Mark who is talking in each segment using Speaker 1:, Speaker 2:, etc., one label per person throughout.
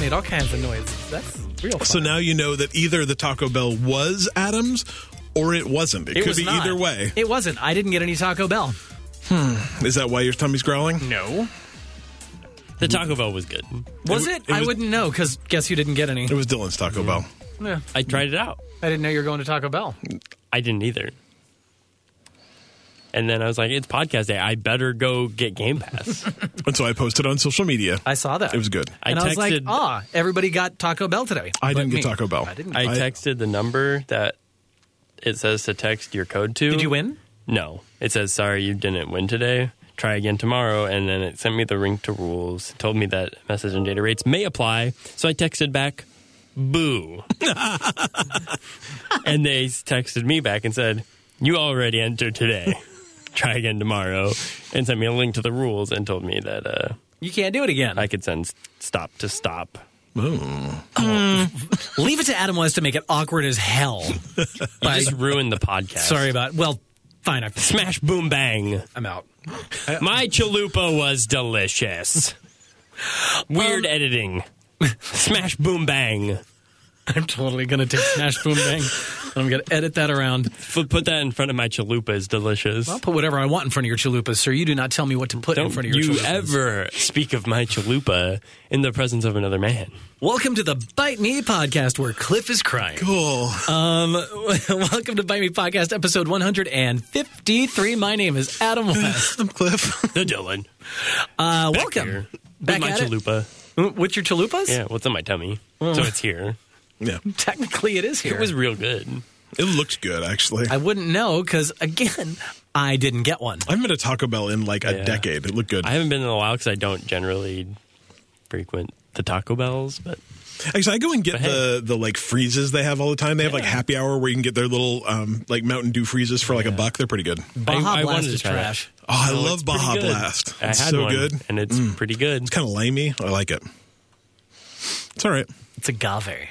Speaker 1: made all kinds of noises. That's real. Fun.
Speaker 2: So now you know that either the Taco Bell was Adams or it wasn't. It, could
Speaker 1: was
Speaker 2: be
Speaker 1: not.
Speaker 2: either way.
Speaker 1: It wasn't. I didn't get any Taco Bell.
Speaker 2: Is that why your tummy's growling?
Speaker 1: No.
Speaker 3: The Taco Bell was good.
Speaker 1: Was
Speaker 2: wa-
Speaker 1: it?
Speaker 2: it
Speaker 1: I
Speaker 2: was-
Speaker 1: wouldn't know because guess who didn't get any?
Speaker 2: It was Dylan's Taco Bell.
Speaker 3: Mm-hmm.
Speaker 1: Yeah.
Speaker 3: I tried it out.
Speaker 1: I didn't know you were going to Taco Bell.
Speaker 3: I didn't either. And then I was like, it's podcast day. I better go get Game Pass.
Speaker 2: And so I posted on social media.
Speaker 1: I saw that.
Speaker 2: It was good.
Speaker 3: I
Speaker 1: and I was like,
Speaker 3: texted-
Speaker 1: ah, everybody got Taco Bell today.
Speaker 2: I didn't
Speaker 1: But
Speaker 2: get
Speaker 1: me.
Speaker 2: Taco Bell.
Speaker 1: I didn't.
Speaker 3: I
Speaker 2: I-
Speaker 3: texted the number that it says to text your code to.
Speaker 1: Did you win?
Speaker 3: No. It says, sorry, you didn't win today. Try again tomorrow. And then it sent me the link to rules, told me that message and data rates may apply. So I texted back, boo. and they texted me back and said, you already entered today. Try again tomorrow. And sent me a link to the rules and told me that uh,
Speaker 1: You can't do it again.
Speaker 3: I could send stop to stop.
Speaker 1: Leave it to Adam West to make it awkward as hell. By,
Speaker 3: Just ruin the podcast.
Speaker 1: sorry about. Well, fine. I,
Speaker 3: Smash boom bang.
Speaker 1: I'm out.
Speaker 3: My chalupa was delicious. Weird
Speaker 1: Um,
Speaker 3: editing. Smash boom bang.
Speaker 1: I'm totally gonna take Smash Boom Bang. and I'm gonna edit that around.
Speaker 3: F- put that in front of my chalupa is delicious.
Speaker 1: I'll put whatever I want in front of your chalupas, sir. You do not tell me what to put in
Speaker 3: Don't
Speaker 1: front of your
Speaker 3: you
Speaker 1: chalupas.
Speaker 3: ever speak of my chalupa in the presence of another man.
Speaker 1: Welcome to the Bite Me podcast, where Cliff is crying.
Speaker 2: Cool.
Speaker 1: Um, welcome to Bite Me podcast, episode 153. My name is Adam West.
Speaker 2: Cliff.
Speaker 3: The Dylan.
Speaker 1: Uh,
Speaker 3: Here.
Speaker 1: welcome back
Speaker 3: with my
Speaker 1: at it.
Speaker 3: chalupa.
Speaker 1: Mm, With your chalupas?
Speaker 3: Yeah, what's on my tummy? So it's here.
Speaker 2: yeah.
Speaker 1: Technically, it is here.
Speaker 3: It was real good.
Speaker 2: It looked good, actually.
Speaker 1: I
Speaker 2: I-
Speaker 1: wouldn't know because again, I didn't get one.
Speaker 2: haven't been to Taco Bell in like a
Speaker 3: Yeah.
Speaker 2: decade. It looked good.
Speaker 3: I haven't been in a while because I don't generally frequent the Taco Bells, but
Speaker 2: Actually, I go and get
Speaker 3: hey.
Speaker 2: the the like freezes they have all the time. They have like happy hour where you can get their little um, like Mountain Dew freezes for like a buck. They're pretty good. Oh,
Speaker 1: Baja
Speaker 3: I
Speaker 1: Blast
Speaker 3: wanted to
Speaker 1: is
Speaker 3: try that.
Speaker 1: trash.
Speaker 2: I
Speaker 3: Oh,
Speaker 2: love
Speaker 3: it's pretty
Speaker 2: Baja
Speaker 3: good.
Speaker 2: Blast.
Speaker 3: I
Speaker 2: It's
Speaker 3: had
Speaker 2: so
Speaker 3: one,
Speaker 2: good. Mm. It's
Speaker 3: and it's pretty good.
Speaker 2: kind of limey. I like it. It's all right.
Speaker 1: It's agave.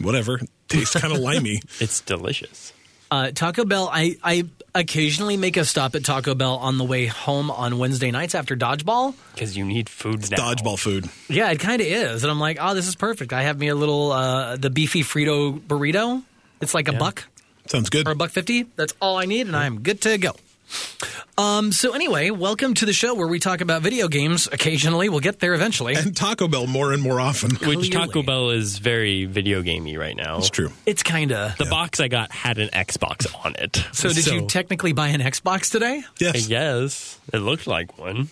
Speaker 2: Whatever. Tastes kind of limey.
Speaker 3: It's delicious.
Speaker 1: Uh, Taco Bell. I I occasionally make a stop at Taco Bell on the way home on Wednesday nights after dodgeball.
Speaker 3: Because you need foods now.
Speaker 2: Dodgeball food.
Speaker 1: Yeah, it kind of is, and I'm like, oh, this is perfect. I have me a little uh, the beefy Frito burrito. It's like a buck.
Speaker 2: Sounds good.
Speaker 1: or a buck fifty. That's all I need, and I'm good to go. Um, so anyway, welcome to the show where we talk about video games occasionally. We'll get there eventually.
Speaker 2: And Taco Bell more and more often.
Speaker 3: Which Taco
Speaker 1: Clearly.
Speaker 3: Bell is very video gamey right now.
Speaker 2: It's true.
Speaker 1: It's kind of.
Speaker 3: The box I got had an Xbox on it.
Speaker 1: So did you technically buy an Xbox today?
Speaker 3: I
Speaker 2: Yes.
Speaker 3: guess it looked like one.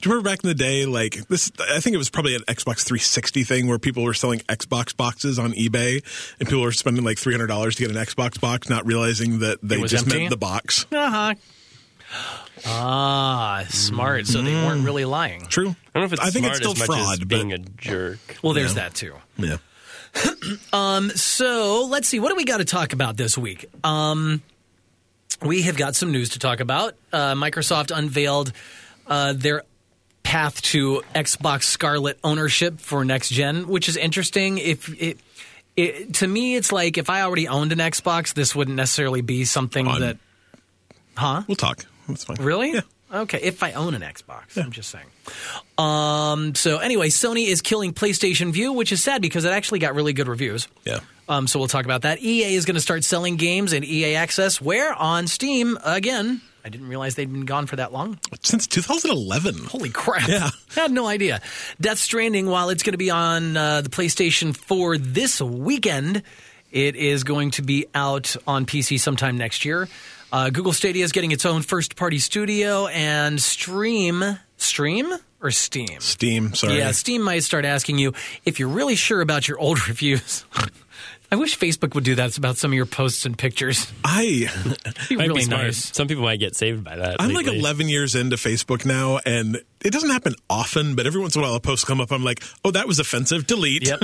Speaker 2: Do you remember back in the day, like this? I think it was probably an Xbox 360 thing where people were selling Xbox boxes on eBay, and people were spending like $300 to get an Xbox box, not realizing that they
Speaker 1: was
Speaker 2: just
Speaker 1: empty?
Speaker 2: meant the box.
Speaker 1: Uh huh. Ah, smart. So they weren't really lying.
Speaker 2: True.
Speaker 3: I don't know if it's
Speaker 2: I think
Speaker 3: smart
Speaker 2: it's still
Speaker 3: as much
Speaker 2: fraud,
Speaker 3: as
Speaker 2: but
Speaker 3: being a jerk.
Speaker 1: Well, there's that too.
Speaker 2: yeah.
Speaker 1: So let's see. What do we got to talk about this week? Um, we have got some news to talk about. Uh, Microsoft unveiled uh, their path to Xbox Scarlet ownership for next gen, which is interesting. If it, it to me, it's like if I already owned an Xbox, this wouldn't necessarily be something
Speaker 2: Fun.
Speaker 1: that, huh?
Speaker 2: We'll talk. That's fine.
Speaker 1: Really?
Speaker 2: Yeah.
Speaker 1: Okay, if I own an Xbox, I'm just saying. Um, so anyway, Sony is killing PlayStation View, which is sad because it actually got really good reviews.
Speaker 2: Yeah.
Speaker 1: Um, so we'll talk about that. EA is going to start selling games and EA Access where on Steam again. I didn't realize they'd been gone for that long.
Speaker 2: Since 2011.
Speaker 1: Holy crap!
Speaker 2: Yeah.
Speaker 1: had no idea. Death Stranding, while it's going to be on uh, the PlayStation 4 this weekend, it is going to be out on PC sometime next year. Uh, Google Stadia is getting its own first-party studio and Stream, Stream or Steam?
Speaker 2: Steam, sorry.
Speaker 1: Yeah, Steam might start asking you if you're really sure about your old reviews. I wish Facebook would do that about some of your posts and pictures.
Speaker 2: I
Speaker 1: It'd be
Speaker 3: Might
Speaker 1: really
Speaker 3: be smart.
Speaker 1: nice.
Speaker 3: Some people might get saved by that.
Speaker 2: I'm like
Speaker 3: lately.
Speaker 2: 11 years into Facebook now, and it doesn't happen often, but every once in a while a post come up. I'm like, oh, that was offensive. Delete.
Speaker 1: Yep.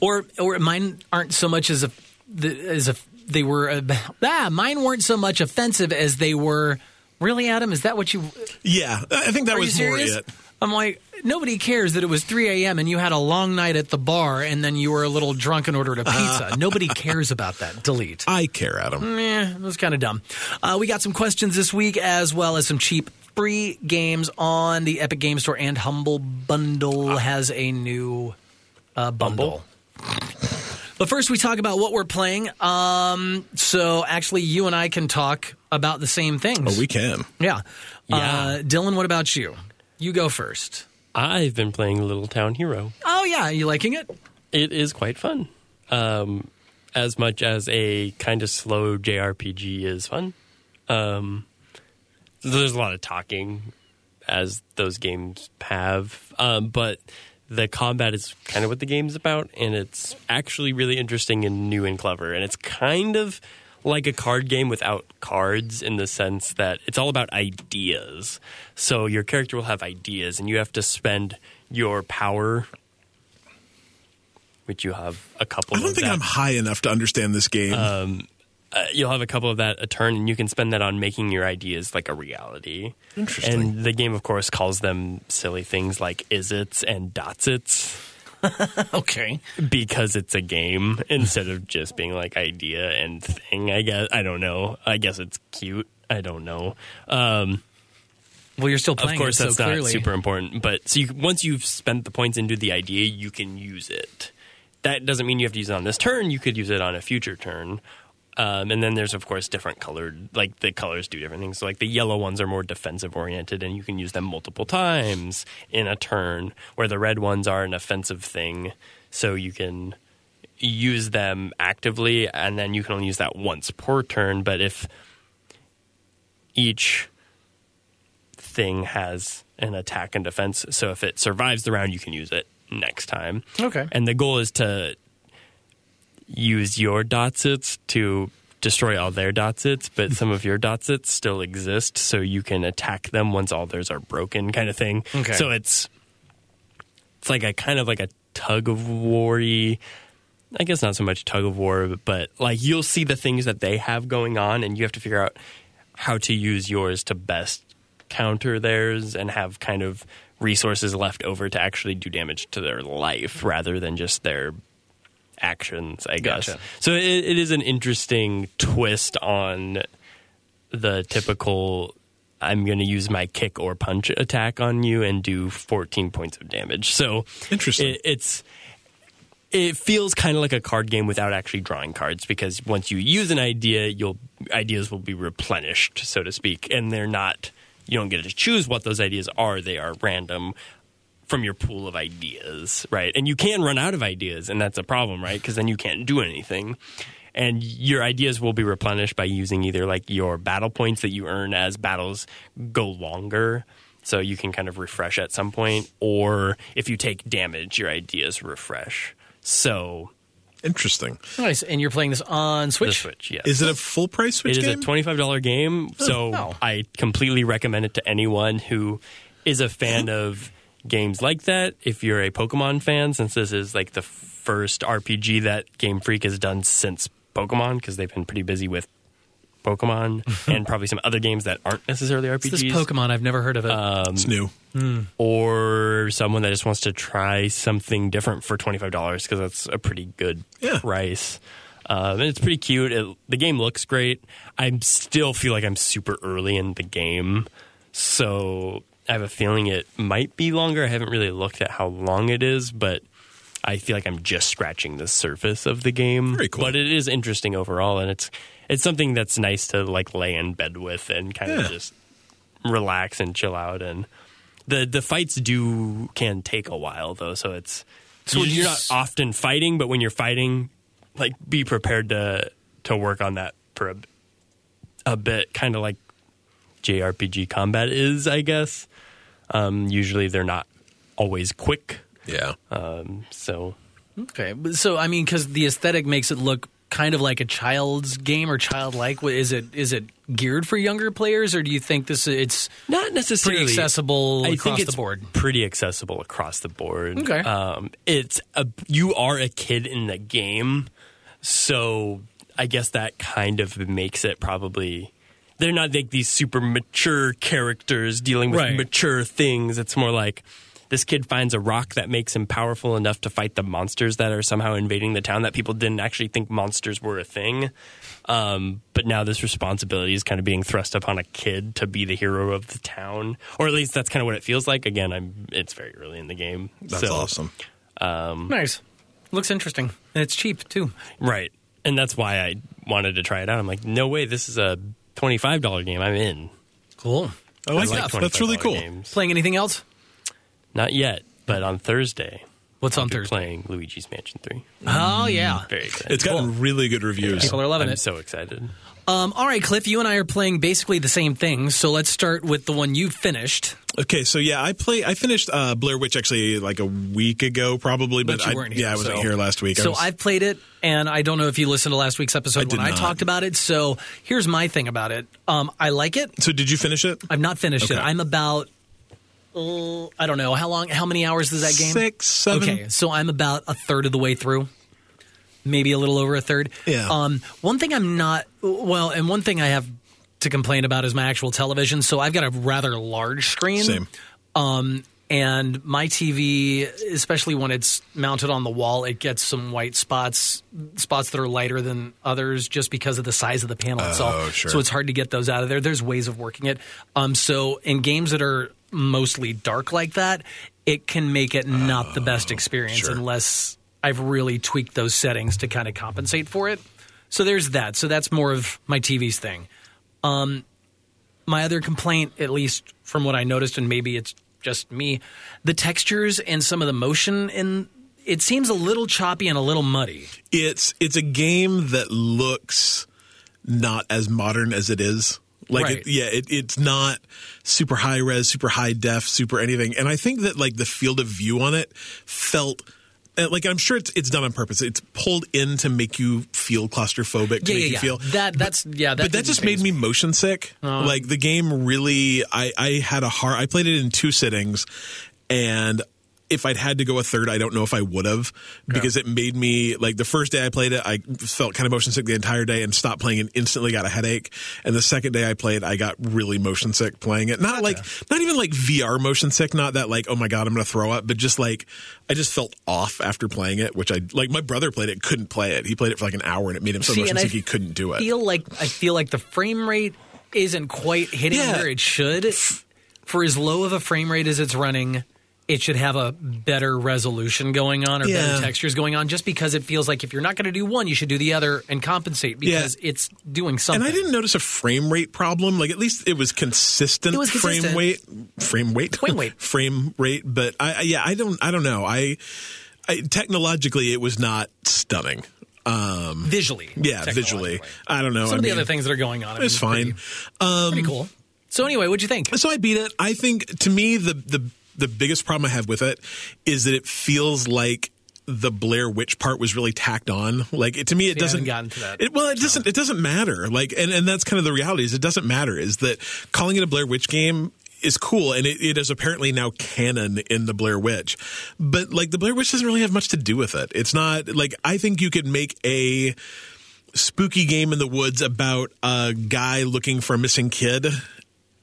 Speaker 1: or or mine aren't so much as a the- as a they were uh, ah mine weren't so much offensive as they were really Adam is that what you
Speaker 2: Yeah, I I think that
Speaker 1: are you
Speaker 2: was more
Speaker 1: serious?
Speaker 2: it.
Speaker 1: I'm like nobody cares that it was 3 a.m. and you had a long night at the bar and then you were a little drunk and ordered a pizza. nobody cares about that. Delete.
Speaker 2: I care, Adam.
Speaker 1: Eh, it was kind of dumb. Uh, we got some questions this week, as well as some cheap free
Speaker 3: Ah.
Speaker 1: games on the Epic Game Store and Humble Bundle has a new uh, Bumble. But first, we talk about what we're playing. Um, so actually, you and I can talk about the same things.
Speaker 2: We can.
Speaker 1: yeah. Uh,
Speaker 3: Oh, Yeah.
Speaker 1: Dylan, what about you? You go first.
Speaker 3: I've been playing Little Town Hero.
Speaker 1: Oh yeah, you liking it?
Speaker 3: It is quite fun. Um, as much as a kind of slow JRPG is fun. Um, there's a lot of talking, as those games have. Um, but the combat is kind of what the game's about, and it's actually really interesting and new and clever. And it's kind of like a card game without cards in the sense that it's all about ideas. So your character will have ideas, and you have to spend your power. Which you have a couple.
Speaker 2: I don't
Speaker 3: of
Speaker 2: think
Speaker 3: that
Speaker 2: I'm high enough to understand this game.
Speaker 3: uh, you'll have a couple of that a turn, and you can spend that on making your ideas like a reality. Interesting. And the game, of course, calls them silly things like is its and dots its
Speaker 1: Okay.
Speaker 3: because it's a game instead of just being like idea and thing. I guess I don't know. I guess it's cute. I don't know. Um,
Speaker 1: Well, you're still
Speaker 3: of
Speaker 1: playing.
Speaker 3: course,
Speaker 1: it, so
Speaker 3: that's
Speaker 1: clearly.
Speaker 3: not super important. But so you, once you've spent the points into the idea, you can use it. That doesn't mean you have to use it on this turn. You could use it on a future turn. Um, and then there's of course different colored, like the colors do different things. So like the yellow ones are more defensive oriented, and you can use them multiple times in a turn. Where the red ones are an offensive thing, so you can use them actively, and then you can only use that once per turn. But if each thing has an attack and defense. So if it survives the round, you can use it next time.
Speaker 1: Okay.
Speaker 3: And the goal is to use your dotsits to destroy all their dotsits, but some of your dotsits still exist, so you can attack them once all theirs are broken, kind of thing.
Speaker 1: Okay.
Speaker 3: So it's it's like a kind of like a tug of war I guess not so much tug of war, but like you'll see the things that they have going on, and you have to figure out how to use yours to best counter theirs and have kind of resources left over to actually do damage to their life rather than just their actions, I guess.
Speaker 1: Gotcha.
Speaker 3: So it, it is an interesting twist on the typical I'm going to use my kick or punch attack on you and do 14 points of damage. So
Speaker 2: Interesting.
Speaker 3: It, it's it feels kind of like a card game without actually drawing cards because once you use an idea, you'll ideas will be replenished, so to speak, and they're not you don't get to choose what those ideas are. They are random from your pool of ideas, right? And you can run out of ideas, and that's a problem, right? Because then you can't do anything. And your ideas will be replenished by using either like your battle points that you earn as battles go longer. So you can kind of refresh at some point, or if you take damage, your ideas refresh. So
Speaker 2: Interesting.
Speaker 1: nice. And you're playing this on Switch.
Speaker 3: the Switch, yes.
Speaker 2: Is it a full price Switch
Speaker 3: It is
Speaker 2: game?
Speaker 3: a twenty-five dollar game, so
Speaker 1: Oh.
Speaker 3: I completely recommend it to anyone who is a fan of games like that. If you're a Pokemon fan, since this is like the first RPG that Game Freak has done since Pokemon, because they've been pretty busy with Pokemon and probably some other games that aren't necessarily RPGs
Speaker 1: This Pokemon, I've never heard of it.
Speaker 3: Uh,
Speaker 2: it's new.
Speaker 3: or someone that just wants to try something different for twenty five dollars because that's a pretty good
Speaker 2: Yeah.
Speaker 3: price. Um, and it's pretty cute. It, the game looks great. I still feel like I'm super early in the game, so I have a feeling it might be longer. I haven't really looked at how long it is, but I feel like I'm just scratching the surface of the game.
Speaker 2: Very cool.
Speaker 3: But it is interesting overall, and it's it's something that's nice to like lay in bed with and kind
Speaker 2: Yeah.
Speaker 3: of just relax and chill out and the the fights do can take a while though so it's
Speaker 1: So
Speaker 3: so
Speaker 1: would you
Speaker 3: you're
Speaker 1: s-
Speaker 3: not often fighting but when you're fighting like be prepared to to work on that for a, a bit kind of like JRPG combat is I guess um usually they're not always quick
Speaker 2: Yeah.
Speaker 3: um so
Speaker 1: Okay, but so I mean, because the aesthetic makes it look kind of like a child's game or childlike. Wh- Is it is it geared for younger players, or do you think this it's
Speaker 3: not necessarily
Speaker 1: pretty accessible
Speaker 3: I
Speaker 1: across
Speaker 3: think it's
Speaker 1: the board?
Speaker 3: Pretty accessible across the board.
Speaker 1: Okay.
Speaker 3: Um, it's a, you are a kid in the game, so I guess that kind of makes it probably. They're not like these super mature characters dealing with
Speaker 1: Right.
Speaker 3: mature things. It's more like this kid finds a rock that makes him powerful enough to fight the monsters that are somehow invading the town that people didn't actually think monsters were a thing. Um, but now this responsibility is kind of being thrust upon a kid to be the hero of the town, or at least that's kind of what it feels like. Again, I'm it's very early in the game.
Speaker 2: That's
Speaker 3: so
Speaker 2: awesome.
Speaker 1: nice. Looks interesting. And it's cheap, too.
Speaker 3: Right. And that's why I wanted to try it out. I'm like, no way, this is a $25 game. I'm in.
Speaker 1: Cool.
Speaker 2: I like,
Speaker 3: I like
Speaker 2: that. Oh, That's really
Speaker 3: $25
Speaker 2: cool.
Speaker 3: Games.
Speaker 1: Playing anything else?
Speaker 3: Not yet, but on Thursday,
Speaker 1: What's on
Speaker 3: we're
Speaker 1: Thursday?
Speaker 3: playing Luigi's Mansion 3.
Speaker 1: Oh, yeah.
Speaker 3: Very excited.
Speaker 2: It's gotten really good reviews.
Speaker 1: People are loving
Speaker 3: I'm
Speaker 1: it.
Speaker 3: so excited.
Speaker 1: Um, all right, Cliff, you and I are playing basically the same thing. So let's start with the one you finished.
Speaker 2: Okay, so yeah, I play. I finished uh, Blair Witch actually like a week ago, probably. But,
Speaker 1: But you
Speaker 2: I,
Speaker 1: weren't here,
Speaker 2: yeah, I wasn't
Speaker 1: so-
Speaker 2: here last week. I
Speaker 1: So
Speaker 2: was-
Speaker 1: I've played it, and I don't know if you listened to last week's episode
Speaker 2: did
Speaker 1: when I
Speaker 2: not.
Speaker 1: talked about it. So here's my thing about it. Um, I like it.
Speaker 2: so did you finish it?
Speaker 1: I've not finished it.
Speaker 2: Okay.
Speaker 1: I'm about uh, I don't know how long, how many hours is that game?
Speaker 2: Six, seven.
Speaker 1: Okay, so I'm about a third of the way through, maybe a little over a third.
Speaker 2: Yeah.
Speaker 1: Um, one thing I'm not well, and one thing I have to complain about is my actual television. So I've got a rather large screen.
Speaker 2: Same.
Speaker 1: Um, and my TV, especially when it's mounted on the wall, it gets some white spots, spots that are lighter than others, just because of the size of the panel itself.
Speaker 2: Oh, sure.
Speaker 1: So it's hard to get those out of there. There's ways of working it. Um, so in games that are mostly dark like that, it can make it not the best experience
Speaker 2: Oh, sure.
Speaker 1: unless I've really tweaked those settings to kind of compensate for it. So there's that. So that's more of my TV's thing Um, my other complaint, at least from what I noticed, and maybe it's just me, the textures and some of the motion in it seems a little choppy and a little muddy.
Speaker 2: It's it's a game that looks not as modern as it is. Like
Speaker 1: Right.
Speaker 2: it, yeah, it, it's not super high res, super high def, super anything. And I think that like the field of view on it felt. and, Like I'm sure it's it's done on purpose. It's pulled in to make you feel claustrophobic, to
Speaker 1: Yeah, yeah,
Speaker 2: make you
Speaker 1: yeah.
Speaker 2: feel
Speaker 1: that that's yeah. That
Speaker 2: but that
Speaker 1: didn't
Speaker 2: just made
Speaker 1: phase
Speaker 2: me motion sick.
Speaker 1: Uh-huh.
Speaker 2: like the game really, I, I had a hard. I played it in two sittings, and if I'd had to go a third, I don't know if I would have because it made me like the first day I played it, I felt kind of motion sick the entire day and stopped playing and instantly got a headache. And the second day I played, I got really motion sick playing it. Not like not even like VR motion sick, not that like oh my god I'm gonna throw up, but just like I just felt off after playing it, which I like. My brother played it, couldn't play it. He played it for like an hour and it made him so
Speaker 1: See, and
Speaker 2: motion
Speaker 1: I
Speaker 2: sick he couldn't do it.
Speaker 1: feel like I feel like the frame rate isn't quite hitting
Speaker 2: Yeah.
Speaker 1: where it should. For as low of a frame rate as it's running, it should have a better resolution going on or
Speaker 2: Yeah.
Speaker 1: better textures going on. Just because it feels like if you're not going to do one, you should do the other and compensate because it's doing something.
Speaker 2: And I didn't notice a frame rate problem. Like at least it was consistent.
Speaker 1: It was consistent.
Speaker 2: Frame weight, frame weight,
Speaker 1: Frame weight.
Speaker 2: frame rate. But I, I- yeah, I don't, I don't know. I, I technologically, it was not stunning.
Speaker 1: visually.
Speaker 2: Yeah, visually,
Speaker 1: technologically.
Speaker 2: I don't know.
Speaker 1: Some
Speaker 2: I
Speaker 1: of the
Speaker 2: mean,
Speaker 1: other things that are going on. I mean,
Speaker 2: it's
Speaker 1: pretty-
Speaker 2: fine. Um,
Speaker 1: Pretty, cool. So anyway, what'd you think?
Speaker 2: So I beat it. I think to me the the the biggest problem I have with it is that it feels like the Blair Witch part was really tacked on. Like it, to me, it
Speaker 1: I
Speaker 2: doesn't.
Speaker 1: haven't gotten to that.
Speaker 2: It, well, it doesn't. It doesn't matter. Like, and and that's kind of the reality is it doesn't matter. Is that calling it a Blair Witch game is cool and it, it is apparently now canon in the Blair Witch, but like the Blair Witch doesn't really have much to do with it. It's not like I think you could make a spooky game in the woods about a guy looking for a missing kid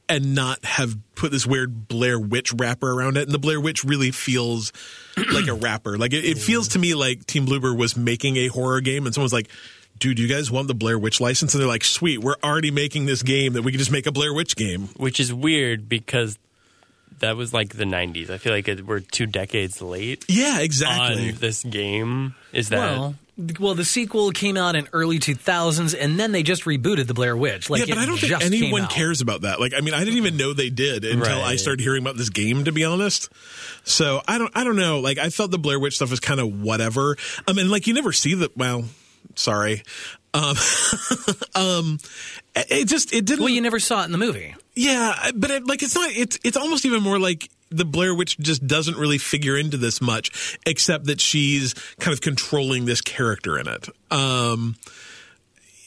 Speaker 2: and not have put this weird Blair Witch wrapper around it. And the Blair Witch really feels like a wrapper. Like it, it feels to me like Team Bloober was making a horror game and someone's like, dude, you guys want the Blair Witch license? And they're like, sweet, we're already making this game that we could just make a Blair Witch game.
Speaker 3: Which is weird because that was like the 90s. I feel like it, we're two decades late
Speaker 2: Yeah, exactly.
Speaker 3: on this game. Is that.
Speaker 1: Well, well, the sequel came out in early 2000s, and then they just rebooted the Blair Witch. Like,
Speaker 2: yeah, but
Speaker 1: it
Speaker 2: I don't think
Speaker 1: just came
Speaker 2: anyone
Speaker 1: out.
Speaker 2: cares about that. Like, I mean, I didn't even know they did until I
Speaker 3: Right.
Speaker 2: started hearing about this game. To be honest, so I don't, I don't know. Like, I felt the Blair Witch stuff was kind of whatever. I mean, like, you never see the. Well, sorry. Um, um, it it just it didn't.
Speaker 1: Well, you never saw it in the movie.
Speaker 2: Yeah, I- but it, like it's not. It's it's almost even more like the Blair Witch just doesn't really figure into this much, except that she's kind of controlling this character in it. Um,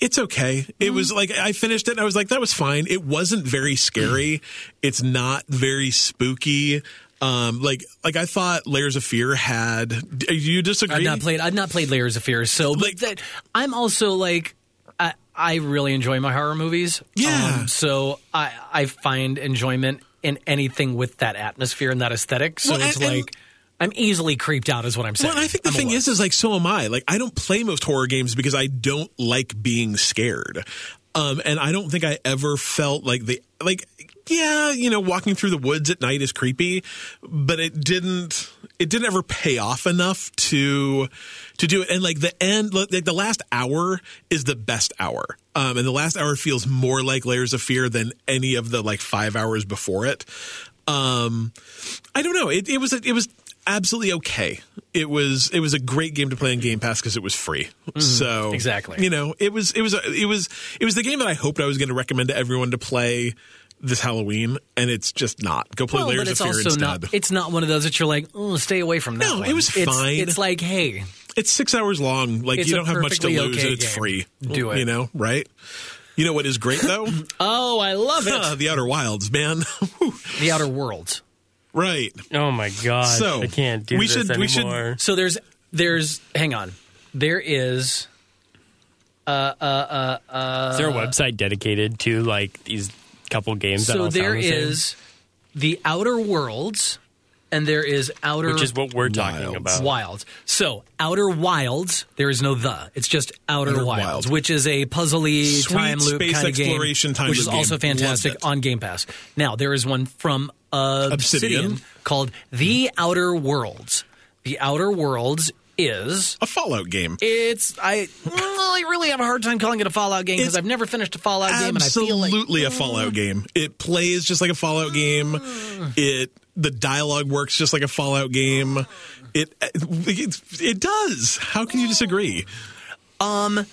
Speaker 2: it's okay. It was like I finished it and I was like, that was fine. It wasn't very scary. It's not very spooky. Um, like like I thought, Layers of Fear had. Do you disagree?
Speaker 1: I've not played. I've not played Layers of Fear. So, but
Speaker 2: Like-
Speaker 1: that, I'm also like, I, I really enjoy my horror movies. Um,
Speaker 2: Yeah.
Speaker 1: so I I find enjoyment in anything with that atmosphere and that aesthetic. So
Speaker 2: Well,
Speaker 1: it's
Speaker 2: and- and-
Speaker 1: like I'm easily creeped out, is what I'm saying.
Speaker 2: Well, I think the
Speaker 1: I'm
Speaker 2: thing
Speaker 1: aware.
Speaker 2: is, is like, so am I. Like, I don't play most horror games because I don't like being scared. Um, and I don't think I ever felt like the like yeah, you know, walking through the woods at night is creepy, but it didn't it didn't ever pay off enough to to do it. And like the end, like the last hour is the best hour. Um, and the last hour feels more like Layers of Fear than any of the like five hours before it. Um, I don't know. It, it was it was absolutely okay. It was it was a great game to play on Game Pass because it was free. so
Speaker 1: Mm-hmm. exactly.
Speaker 2: you know, it was it was it was it was the game that I hoped I was going to recommend to everyone to play this Halloween, and it's just not. Go play
Speaker 1: Well,
Speaker 2: Layers
Speaker 1: but
Speaker 2: of
Speaker 1: it's
Speaker 2: Fear
Speaker 1: also
Speaker 2: instead.
Speaker 1: not. It's not one of those that you're like, oh, stay away from that.
Speaker 2: No,
Speaker 1: one."
Speaker 2: it was
Speaker 1: It's-
Speaker 2: fine.
Speaker 1: It's like, hey,
Speaker 2: it's six hours long. Like
Speaker 1: It's
Speaker 2: you
Speaker 1: a
Speaker 2: don't have much to
Speaker 1: perfectly
Speaker 2: lose,
Speaker 1: okay
Speaker 2: and it's
Speaker 1: game.
Speaker 2: free.
Speaker 1: Do it.
Speaker 2: You know, right? You know what is great though?
Speaker 1: oh, I love
Speaker 2: Ah,
Speaker 1: it.
Speaker 2: the Outer Wilds, man. Whew.
Speaker 1: the Outer Worlds.
Speaker 2: right.
Speaker 3: Oh my god!
Speaker 2: So,
Speaker 3: I can't do
Speaker 2: we
Speaker 3: this
Speaker 2: should- we should-
Speaker 3: anymore.
Speaker 1: So there's there's hang on, there is
Speaker 3: is there a website dedicated to like these couple games? that
Speaker 1: uh, so
Speaker 3: all sound
Speaker 1: there
Speaker 3: the same?
Speaker 1: is the Outer Worlds, and there is Outer
Speaker 3: which is what we're talking
Speaker 2: Wilds.
Speaker 3: about.
Speaker 1: Wilds. So Outer Wilds, there is no the. It's just Outer,
Speaker 2: Outer
Speaker 1: Wilds,
Speaker 2: Wilds.
Speaker 1: which is a puzzly
Speaker 2: Sweet
Speaker 1: time loop
Speaker 2: space
Speaker 1: kind of game,
Speaker 2: exploration time
Speaker 1: which
Speaker 2: loop
Speaker 1: is also
Speaker 2: game. Love
Speaker 1: fantastic
Speaker 2: it.
Speaker 1: on Game Pass. Now there is one from uh,
Speaker 2: Obsidian.
Speaker 1: Obsidian, called The Outer Worlds. The Outer Worlds is.
Speaker 2: A Fallout game.
Speaker 1: It's I. Well, I really have a hard time calling it a Fallout game because
Speaker 2: It's
Speaker 1: I've never finished a Fallout game, and I feel like
Speaker 2: absolutely a Fallout game. It plays just like a Fallout game. It the dialogue works just like a Fallout game. It it, it does. How can you disagree? It doesn't
Speaker 1: Um,